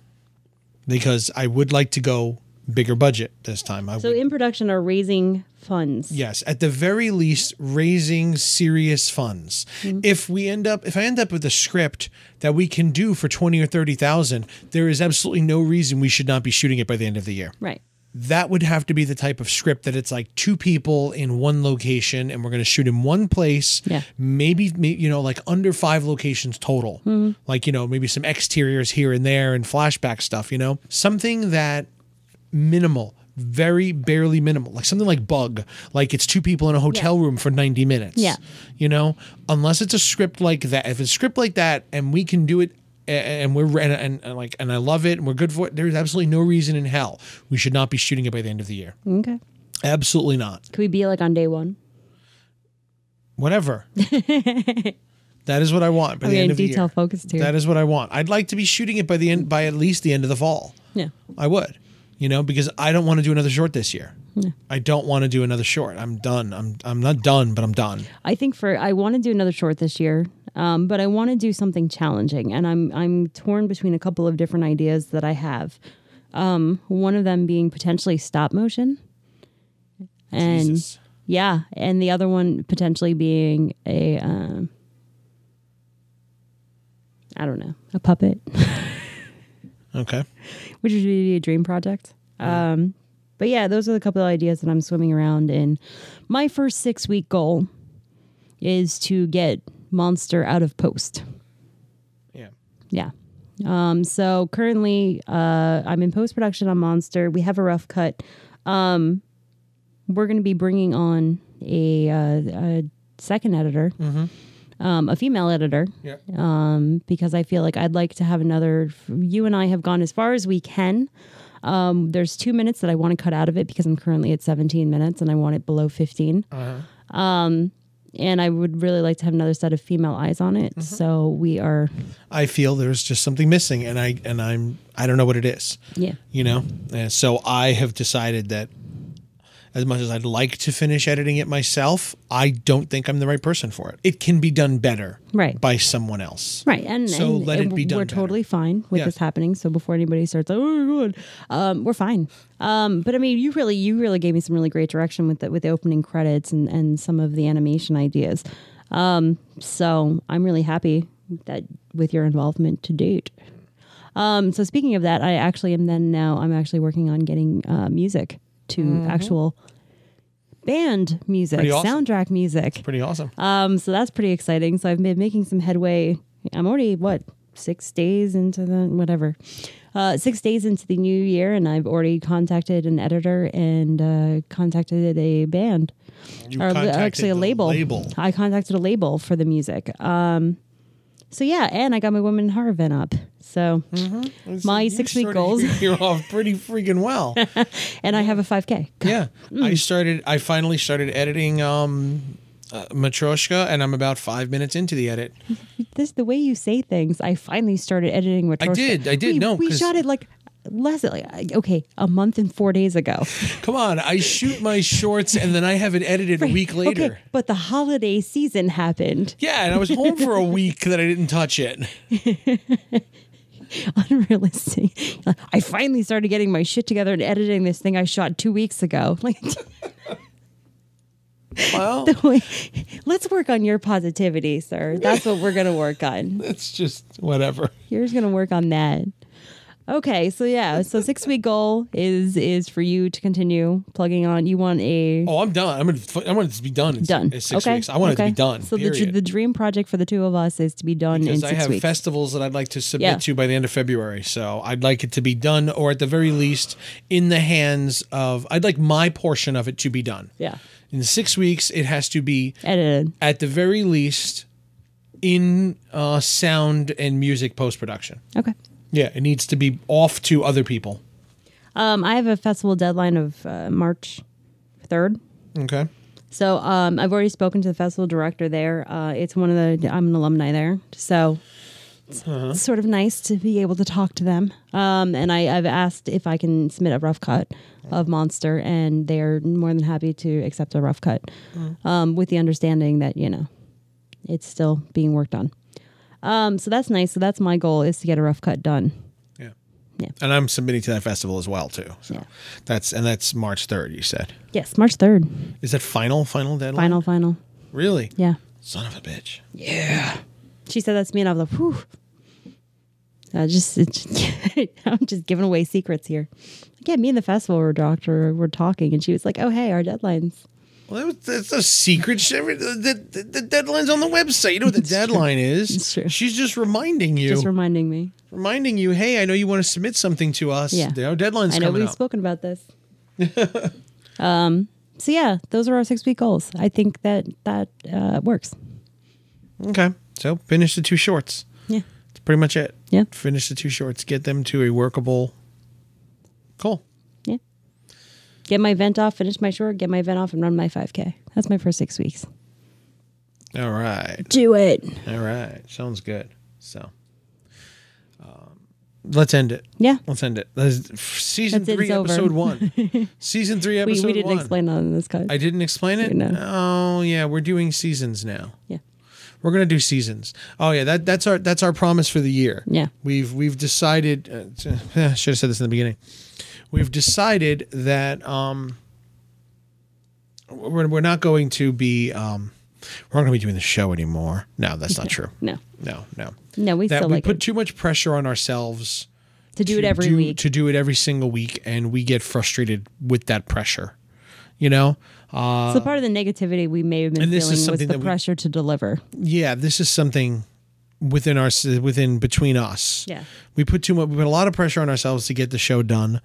[SPEAKER 1] Because I would like to go bigger budget this time. I
[SPEAKER 2] So
[SPEAKER 1] would,
[SPEAKER 2] in production are raising funds.
[SPEAKER 1] Yes, at the very least,
[SPEAKER 2] Mm-hmm.
[SPEAKER 1] raising serious funds. If we end up, if I end up with a script that we can do for twenty or thirty thousand, there is absolutely no reason we should not be shooting it by the end of the year.
[SPEAKER 2] Right.
[SPEAKER 1] That would have to be the type of script that it's like two people in one location, and we're going to shoot in one place.
[SPEAKER 2] Yeah.
[SPEAKER 1] maybe may- you know, like under five locations total.
[SPEAKER 2] Mm-hmm.
[SPEAKER 1] Like you know, maybe some exteriors here and there and flashback stuff. You know, something that minimal very barely minimal like something like bug like it's two people in a hotel room for 90 minutes
[SPEAKER 2] Yeah.
[SPEAKER 1] you know unless it's a script like that if it's a script like that and we can do it a- and we're and, and, and like and i love it and we're good for it there's absolutely no reason in hell we should not be shooting it by the end of the year
[SPEAKER 2] Okay.
[SPEAKER 1] absolutely not
[SPEAKER 2] Could we be like on day one?
[SPEAKER 1] whatever that is what i want by
[SPEAKER 2] I
[SPEAKER 1] the
[SPEAKER 2] mean,
[SPEAKER 1] end of the
[SPEAKER 2] detail
[SPEAKER 1] year
[SPEAKER 2] focused here.
[SPEAKER 1] that is what i want i'd like to be shooting it by the end by at least the end of the fall
[SPEAKER 2] yeah.
[SPEAKER 1] I would, you know, because I don't want to do another short this year. I don't want to do another short. I'm done. I'm I'm not done, but I'm done.
[SPEAKER 2] I think for I want to do another short this year, um, but I want to do something challenging, and I'm I'm torn between a couple of different ideas that I have. Um, one of them being potentially stop motion, and
[SPEAKER 1] Jesus.
[SPEAKER 2] yeah, and the other one potentially being a um, I don't know a puppet,
[SPEAKER 1] Okay.
[SPEAKER 2] which would be a dream project. Um, but yeah, those are the couple of ideas that I'm swimming around in. My first six week goal is to get Monster out of post.
[SPEAKER 1] Yeah.
[SPEAKER 2] Yeah. Um, so currently, uh, I'm in post production on Monster. We have a rough cut. Um, we're going to be bringing on a, uh, a second editor, um, a female editor
[SPEAKER 1] Yeah.
[SPEAKER 2] Um, because I feel like I'd like to have another. You and I have gone as far as we can. Um, there's two minutes that I want to cut out of it because I'm currently at 17 minutes and I want it below 15. Um, and I would really like to have another set of female eyes on it. So we are,
[SPEAKER 1] I feel there's just something missing, and I and I'm I don't know what it is.
[SPEAKER 2] yeah,
[SPEAKER 1] You know, and so I have decided that as much as I'd like to finish editing it myself, I don't think I'm the right person for it. It can be done better
[SPEAKER 2] Right.
[SPEAKER 1] by someone else.
[SPEAKER 2] right. And
[SPEAKER 1] So
[SPEAKER 2] and-
[SPEAKER 1] let
[SPEAKER 2] and
[SPEAKER 1] it be done
[SPEAKER 2] We're
[SPEAKER 1] better.
[SPEAKER 2] totally fine with
[SPEAKER 1] Yeah.
[SPEAKER 2] this happening. So before anybody starts, like, oh my god, um, we're fine. Um, but I mean, you really, you really gave me some really great direction with the, with the opening credits and and some of the animation ideas. Um, So I'm really happy that with your involvement to date. Um, so speaking of that, I actually am then now I'm actually working on getting uh, music to actual band music,
[SPEAKER 1] Mm-hmm. Pretty awesome.
[SPEAKER 2] soundtrack music.
[SPEAKER 1] Pretty awesome.
[SPEAKER 2] Um, so that's pretty exciting. So I've been making some headway. I'm already what six days into the whatever, uh, six days into the new year, and I've already contacted an editor and uh, contacted a band,
[SPEAKER 1] You
[SPEAKER 2] or
[SPEAKER 1] contacted
[SPEAKER 2] actually a
[SPEAKER 1] the
[SPEAKER 2] label.
[SPEAKER 1] Label.
[SPEAKER 2] I contacted a label for the music. Um, so yeah, and I got my woman in horror event up. So
[SPEAKER 1] Mm-hmm.
[SPEAKER 2] my
[SPEAKER 1] You
[SPEAKER 2] six week
[SPEAKER 1] started
[SPEAKER 2] goals,
[SPEAKER 1] your year off pretty freaking well.
[SPEAKER 2] and I have a five k.
[SPEAKER 1] Yeah,
[SPEAKER 2] Mm.
[SPEAKER 1] I started. I finally started editing um, uh, Matryoshka, and I'm about five minutes into the edit.
[SPEAKER 2] This the way you say things. I finally started editing. Matryoshka.
[SPEAKER 1] did, I did,
[SPEAKER 2] We,
[SPEAKER 1] no,
[SPEAKER 2] we
[SPEAKER 1] 'cause-
[SPEAKER 2] shot it like less like okay a month and four days ago.
[SPEAKER 1] Come on, I shoot my shorts, and then I have it edited a week later.
[SPEAKER 2] Okay, but the holiday season happened.
[SPEAKER 1] Yeah, and I was home for a week that I didn't touch it.
[SPEAKER 2] Unrealistic. I finally started getting my shit together and editing this thing I shot two weeks ago. Like,
[SPEAKER 1] Well,
[SPEAKER 2] let's work on your positivity, sir. That's what we're gonna work on.
[SPEAKER 1] it's just whatever.
[SPEAKER 2] You're just gonna work on that. Okay, so yeah, so six week goal is is for you to continue plugging on. You want a
[SPEAKER 1] Oh, I'm done. I'm gonna. I want it to be done. In,
[SPEAKER 2] done
[SPEAKER 1] In six
[SPEAKER 2] okay?
[SPEAKER 1] weeks. I want
[SPEAKER 2] okay.
[SPEAKER 1] it to be done.
[SPEAKER 2] So the,
[SPEAKER 1] period.
[SPEAKER 2] the dream project for the two of us is to be done in
[SPEAKER 1] because
[SPEAKER 2] six
[SPEAKER 1] I have
[SPEAKER 2] weeks.
[SPEAKER 1] festivals that I'd like to submit
[SPEAKER 2] Yeah.
[SPEAKER 1] to by the end of February. So I'd like it to be done, or at the very least, in the hands of. I'd like my portion of it to be done.
[SPEAKER 2] yeah,
[SPEAKER 1] In six weeks, it has to be
[SPEAKER 2] edited.
[SPEAKER 1] at the very least in uh, sound and music post production.
[SPEAKER 2] Okay.
[SPEAKER 1] Yeah, it needs to be off to other people.
[SPEAKER 2] Um, I have a festival deadline of uh, March third.
[SPEAKER 1] Okay.
[SPEAKER 2] So um, I've already spoken to the festival director there. Uh, it's one of the I'm an alumni there, so it's it's sort of nice to be able to talk to them. Um, and I, I've asked if I can submit a rough cut of Monster, and they're more than happy to accept a rough cut, um, with the understanding that you know it's still being worked on. Um, so that's nice. So that's my goal is to get a rough cut done.
[SPEAKER 1] Yeah.
[SPEAKER 2] Yeah.
[SPEAKER 1] And I'm submitting to that festival as well too. So
[SPEAKER 2] Yeah.
[SPEAKER 1] that's and that's March third. You said
[SPEAKER 2] Yes, March third,
[SPEAKER 1] is that final final deadline?
[SPEAKER 2] final, final.
[SPEAKER 1] Really?
[SPEAKER 2] Yeah.
[SPEAKER 1] Son of a bitch.
[SPEAKER 2] She said that to me, and I was like, "Whew." I just, it just- I'm just giving away secrets here. Like, yeah, me and the festival were doctor were talking, and she was like, "Oh, hey, our deadlines."
[SPEAKER 1] Well, that was, that's a secret. sh- every- The, the, the deadline's on the website. You know what the deadline is.
[SPEAKER 2] It's true.
[SPEAKER 1] She's just reminding you,
[SPEAKER 2] Just reminding me.
[SPEAKER 1] reminding you. Hey, I know you want to submit something to us.
[SPEAKER 2] Yeah.
[SPEAKER 1] The- Our deadline's
[SPEAKER 2] I know
[SPEAKER 1] coming
[SPEAKER 2] we've
[SPEAKER 1] up.
[SPEAKER 2] spoken about this. um. So yeah, those are our six week goals. I think that that uh, works.
[SPEAKER 1] okay, so finish the two shorts.
[SPEAKER 2] Yeah.
[SPEAKER 1] That's pretty much it.
[SPEAKER 2] Yeah.
[SPEAKER 1] Finish the two shorts. Get them to a workable. Cool.
[SPEAKER 2] Yeah. Get my vent off, finish my short, get my vent off, and run my 5K. That's my first six weeks.
[SPEAKER 1] All right.
[SPEAKER 2] Do it.
[SPEAKER 1] All right. Sounds good. So, um, let's end it.
[SPEAKER 2] Yeah.
[SPEAKER 1] Let's end it. That's- season
[SPEAKER 2] That's it,
[SPEAKER 1] three,
[SPEAKER 2] it's over.
[SPEAKER 1] episode one. season three,
[SPEAKER 2] We,
[SPEAKER 1] episode
[SPEAKER 2] we didn't
[SPEAKER 1] one.
[SPEAKER 2] explain that in this cut.
[SPEAKER 1] I didn't explain it.
[SPEAKER 2] No.
[SPEAKER 1] Oh yeah, we're doing seasons now.
[SPEAKER 2] yeah.
[SPEAKER 1] We're gonna do seasons. Oh yeah, that that's our that's our promise for the year.
[SPEAKER 2] Yeah.
[SPEAKER 1] we've we've decided. Uh, t- eh, should have said this in the beginning. We've decided that um, we're we're not going to be um, we're not going to be doing the show anymore. No, that's not true.
[SPEAKER 2] No.
[SPEAKER 1] No, no.
[SPEAKER 2] No, we
[SPEAKER 1] that
[SPEAKER 2] still
[SPEAKER 1] we
[SPEAKER 2] like
[SPEAKER 1] put
[SPEAKER 2] it.
[SPEAKER 1] too much pressure on ourselves
[SPEAKER 2] to do it
[SPEAKER 1] to
[SPEAKER 2] every
[SPEAKER 1] do-
[SPEAKER 2] week.
[SPEAKER 1] to do it every single week, and we get frustrated with that pressure. You know, uh,
[SPEAKER 2] So part of the negativity we may have been
[SPEAKER 1] And this
[SPEAKER 2] feeling
[SPEAKER 1] is
[SPEAKER 2] was
[SPEAKER 1] something
[SPEAKER 2] the
[SPEAKER 1] that we-
[SPEAKER 2] pressure to deliver.
[SPEAKER 1] yeah, this is something within our within between us.
[SPEAKER 2] Yeah.
[SPEAKER 1] we put too much. We put a lot of pressure on ourselves to get the show done,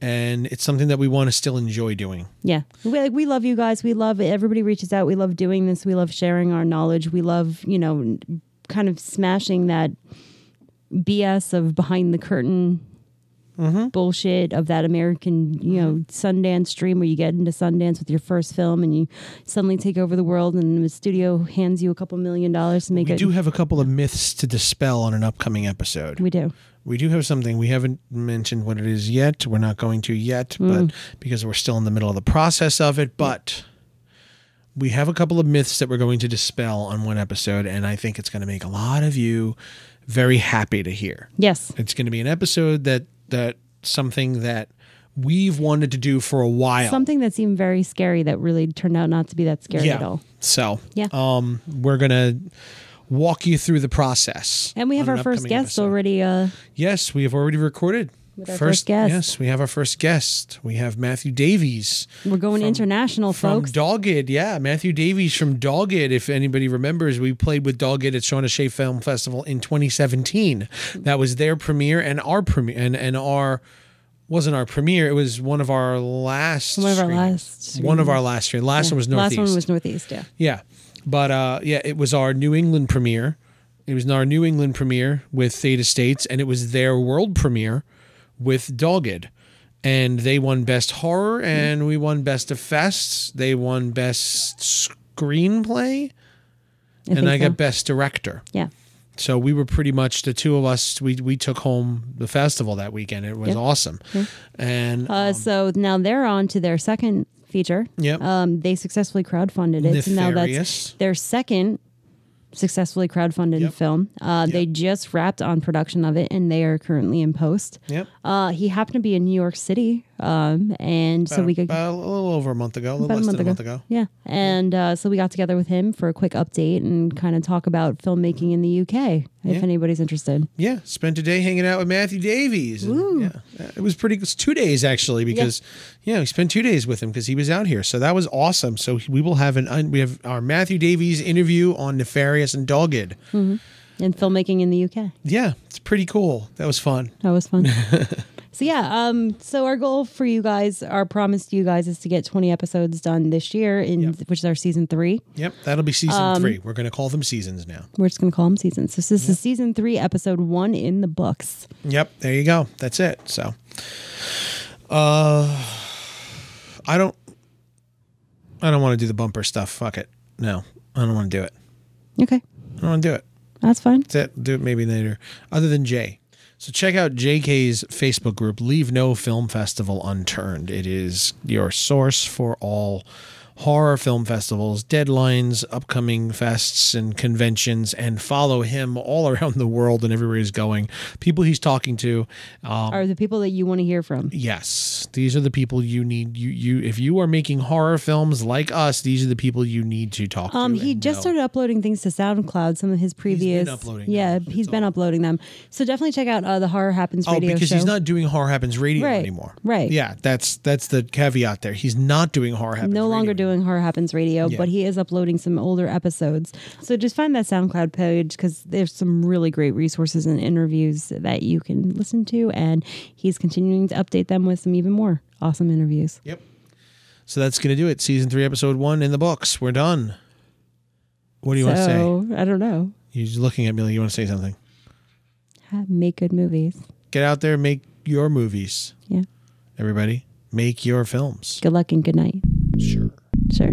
[SPEAKER 1] and it's something that we want to still enjoy doing.
[SPEAKER 2] Yeah, we, like, we love you guys. We love everybody reaches out. We love doing this. We love sharing our knowledge. We love you know, kind of smashing that BS of behind the curtain
[SPEAKER 1] Mm-hmm.
[SPEAKER 2] bullshit of that American you know Sundance stream where you get into Sundance with your first film and you suddenly take over the world and the studio hands you a couple million dollars to make
[SPEAKER 1] We
[SPEAKER 2] it.
[SPEAKER 1] do have a couple of myths to dispel on an upcoming episode.
[SPEAKER 2] we do.
[SPEAKER 1] We do have something we haven't mentioned what it is yet. We're not going to yet,
[SPEAKER 2] Mm.
[SPEAKER 1] but because we're still in the middle of the process of it, but we have a couple of myths that we're going to dispel on one episode and I think it's going to make a lot of you very happy to hear.
[SPEAKER 2] Yes.
[SPEAKER 1] It's going to be an episode that that something that we've wanted to do for a while.
[SPEAKER 2] Something that seemed very scary that really turned out not to be that scary
[SPEAKER 1] yeah.
[SPEAKER 2] at all.
[SPEAKER 1] So,
[SPEAKER 2] Yeah.
[SPEAKER 1] um we're going to walk you through the process.
[SPEAKER 2] And we have
[SPEAKER 1] on
[SPEAKER 2] our
[SPEAKER 1] an
[SPEAKER 2] first
[SPEAKER 1] upcoming
[SPEAKER 2] guest
[SPEAKER 1] episode.
[SPEAKER 2] already. Uh,
[SPEAKER 1] Yes, we have already recorded.
[SPEAKER 2] with our first, guest.
[SPEAKER 1] Yes, we have our first guest. We have Matthew Davies
[SPEAKER 2] We're going
[SPEAKER 1] From-
[SPEAKER 2] international,
[SPEAKER 1] from
[SPEAKER 2] folks.
[SPEAKER 1] Dogged. Yeah, Matthew Davies from Dogged. If anybody remembers, we played with Dogged at Shauna Shea Film Festival in 2017. That was their premiere and our premiere and and our wasn't our premiere. It was one of our last.
[SPEAKER 2] One of our
[SPEAKER 1] screenings.
[SPEAKER 2] last
[SPEAKER 1] One of our last screen. Last one was
[SPEAKER 2] Last
[SPEAKER 1] Northeast.
[SPEAKER 2] one was Northeast, yeah.
[SPEAKER 1] Yeah. But uh, yeah, it was our New England premiere. It was our New England premiere with Theta States, and it was their world premiere with Dogged. And they won Best Horror,
[SPEAKER 2] Mm-hmm.
[SPEAKER 1] and we won Best Effects. They won Best Screenplay,
[SPEAKER 2] I
[SPEAKER 1] and I
[SPEAKER 2] so.
[SPEAKER 1] got Best Director.
[SPEAKER 2] Yeah.
[SPEAKER 1] So we were pretty much the two of us. We we took home the festival that weekend. It was
[SPEAKER 2] Yep.
[SPEAKER 1] awesome, and
[SPEAKER 2] Uh, so now they're on to their second feature.
[SPEAKER 1] Yep.
[SPEAKER 2] Um, they successfully crowdfunded it. So now
[SPEAKER 1] Nefarious.
[SPEAKER 2] that's their second successfully crowdfunded
[SPEAKER 1] Yep.
[SPEAKER 2] film. Uh, They just wrapped on production of it and they are currently in post.
[SPEAKER 1] yep.
[SPEAKER 2] Uh, he happened to be in New York City. Um, and so we could.
[SPEAKER 1] about a little over a month ago, a little
[SPEAKER 2] about
[SPEAKER 1] less than a month ago.
[SPEAKER 2] Yeah. And uh, so we got together with him for a quick update and kind of talk about filmmaking in the UK, if anybody's interested.
[SPEAKER 1] Yeah, spent a day hanging out with Matthew Davies. and, yeah, it was pretty. It was two days actually because yeah, we spent two days with him because he was out here, so that was awesome. So we will have an un, we have our Matthew Davies interview on Nefarious and Dogged.
[SPEAKER 2] And filmmaking in the UK.
[SPEAKER 1] Yeah, it's pretty cool. That was fun.
[SPEAKER 2] That was fun. so yeah, um, so our goal for you guys, our promise to you guys, is to get twenty episodes done this year, in which is our season three.
[SPEAKER 1] Yep, that'll be season three. We're gonna call them seasons now.
[SPEAKER 2] We're just gonna call them seasons. So this is season three, episode one in the books.
[SPEAKER 1] Yep, there you go. That's it. So, uh, I don't, I don't want to do the bumper stuff. Fuck it. No, I don't want to do it.
[SPEAKER 2] Okay,
[SPEAKER 1] I don't want to do it.
[SPEAKER 2] that's fine.
[SPEAKER 1] that do it maybe later. Other than Jay. So check out JK's Facebook group, Leave No Film Festival Unturned. It is your source for all horror film festivals, deadlines, upcoming fests and conventions, and follow him all around the world and everywhere he's going. People he's talking to. Um,
[SPEAKER 2] Are the people that you want to hear from?
[SPEAKER 1] yes, these are the people you need. You you if you are making horror films like us, these are the people you need to talk
[SPEAKER 2] Um,
[SPEAKER 1] to.
[SPEAKER 2] he
[SPEAKER 1] and
[SPEAKER 2] just
[SPEAKER 1] know.
[SPEAKER 2] started uploading things to SoundCloud. Some of his previous,
[SPEAKER 1] uploading
[SPEAKER 2] yeah,
[SPEAKER 1] them.
[SPEAKER 2] he's been uploading them. So definitely check out uh, the Horror Happens
[SPEAKER 1] Oh,
[SPEAKER 2] radio
[SPEAKER 1] because
[SPEAKER 2] show.
[SPEAKER 1] he's not doing Horror Happens Radio
[SPEAKER 2] Right,
[SPEAKER 1] anymore.
[SPEAKER 2] right.
[SPEAKER 1] Yeah, that's that's the caveat there. He's not doing Horror Happens.
[SPEAKER 2] no longer
[SPEAKER 1] Radio.
[SPEAKER 2] doing Horror Happens Radio, but he is uploading some older episodes. So just find that SoundCloud page because there's some really great resources and interviews that you can listen to. And he's continuing to update them with some even more awesome interviews.
[SPEAKER 1] Yep. So that's gonna do it. Season three, episode one in the books. We're done. What do you want to say?
[SPEAKER 2] so I don't know.
[SPEAKER 1] You're looking at me like you want to say something.
[SPEAKER 2] Ha- Make good movies.
[SPEAKER 1] Get out there, make your movies,
[SPEAKER 2] Yeah.
[SPEAKER 1] everybody. Make your films.
[SPEAKER 2] Good luck and good night.
[SPEAKER 1] Sure.
[SPEAKER 2] Sure.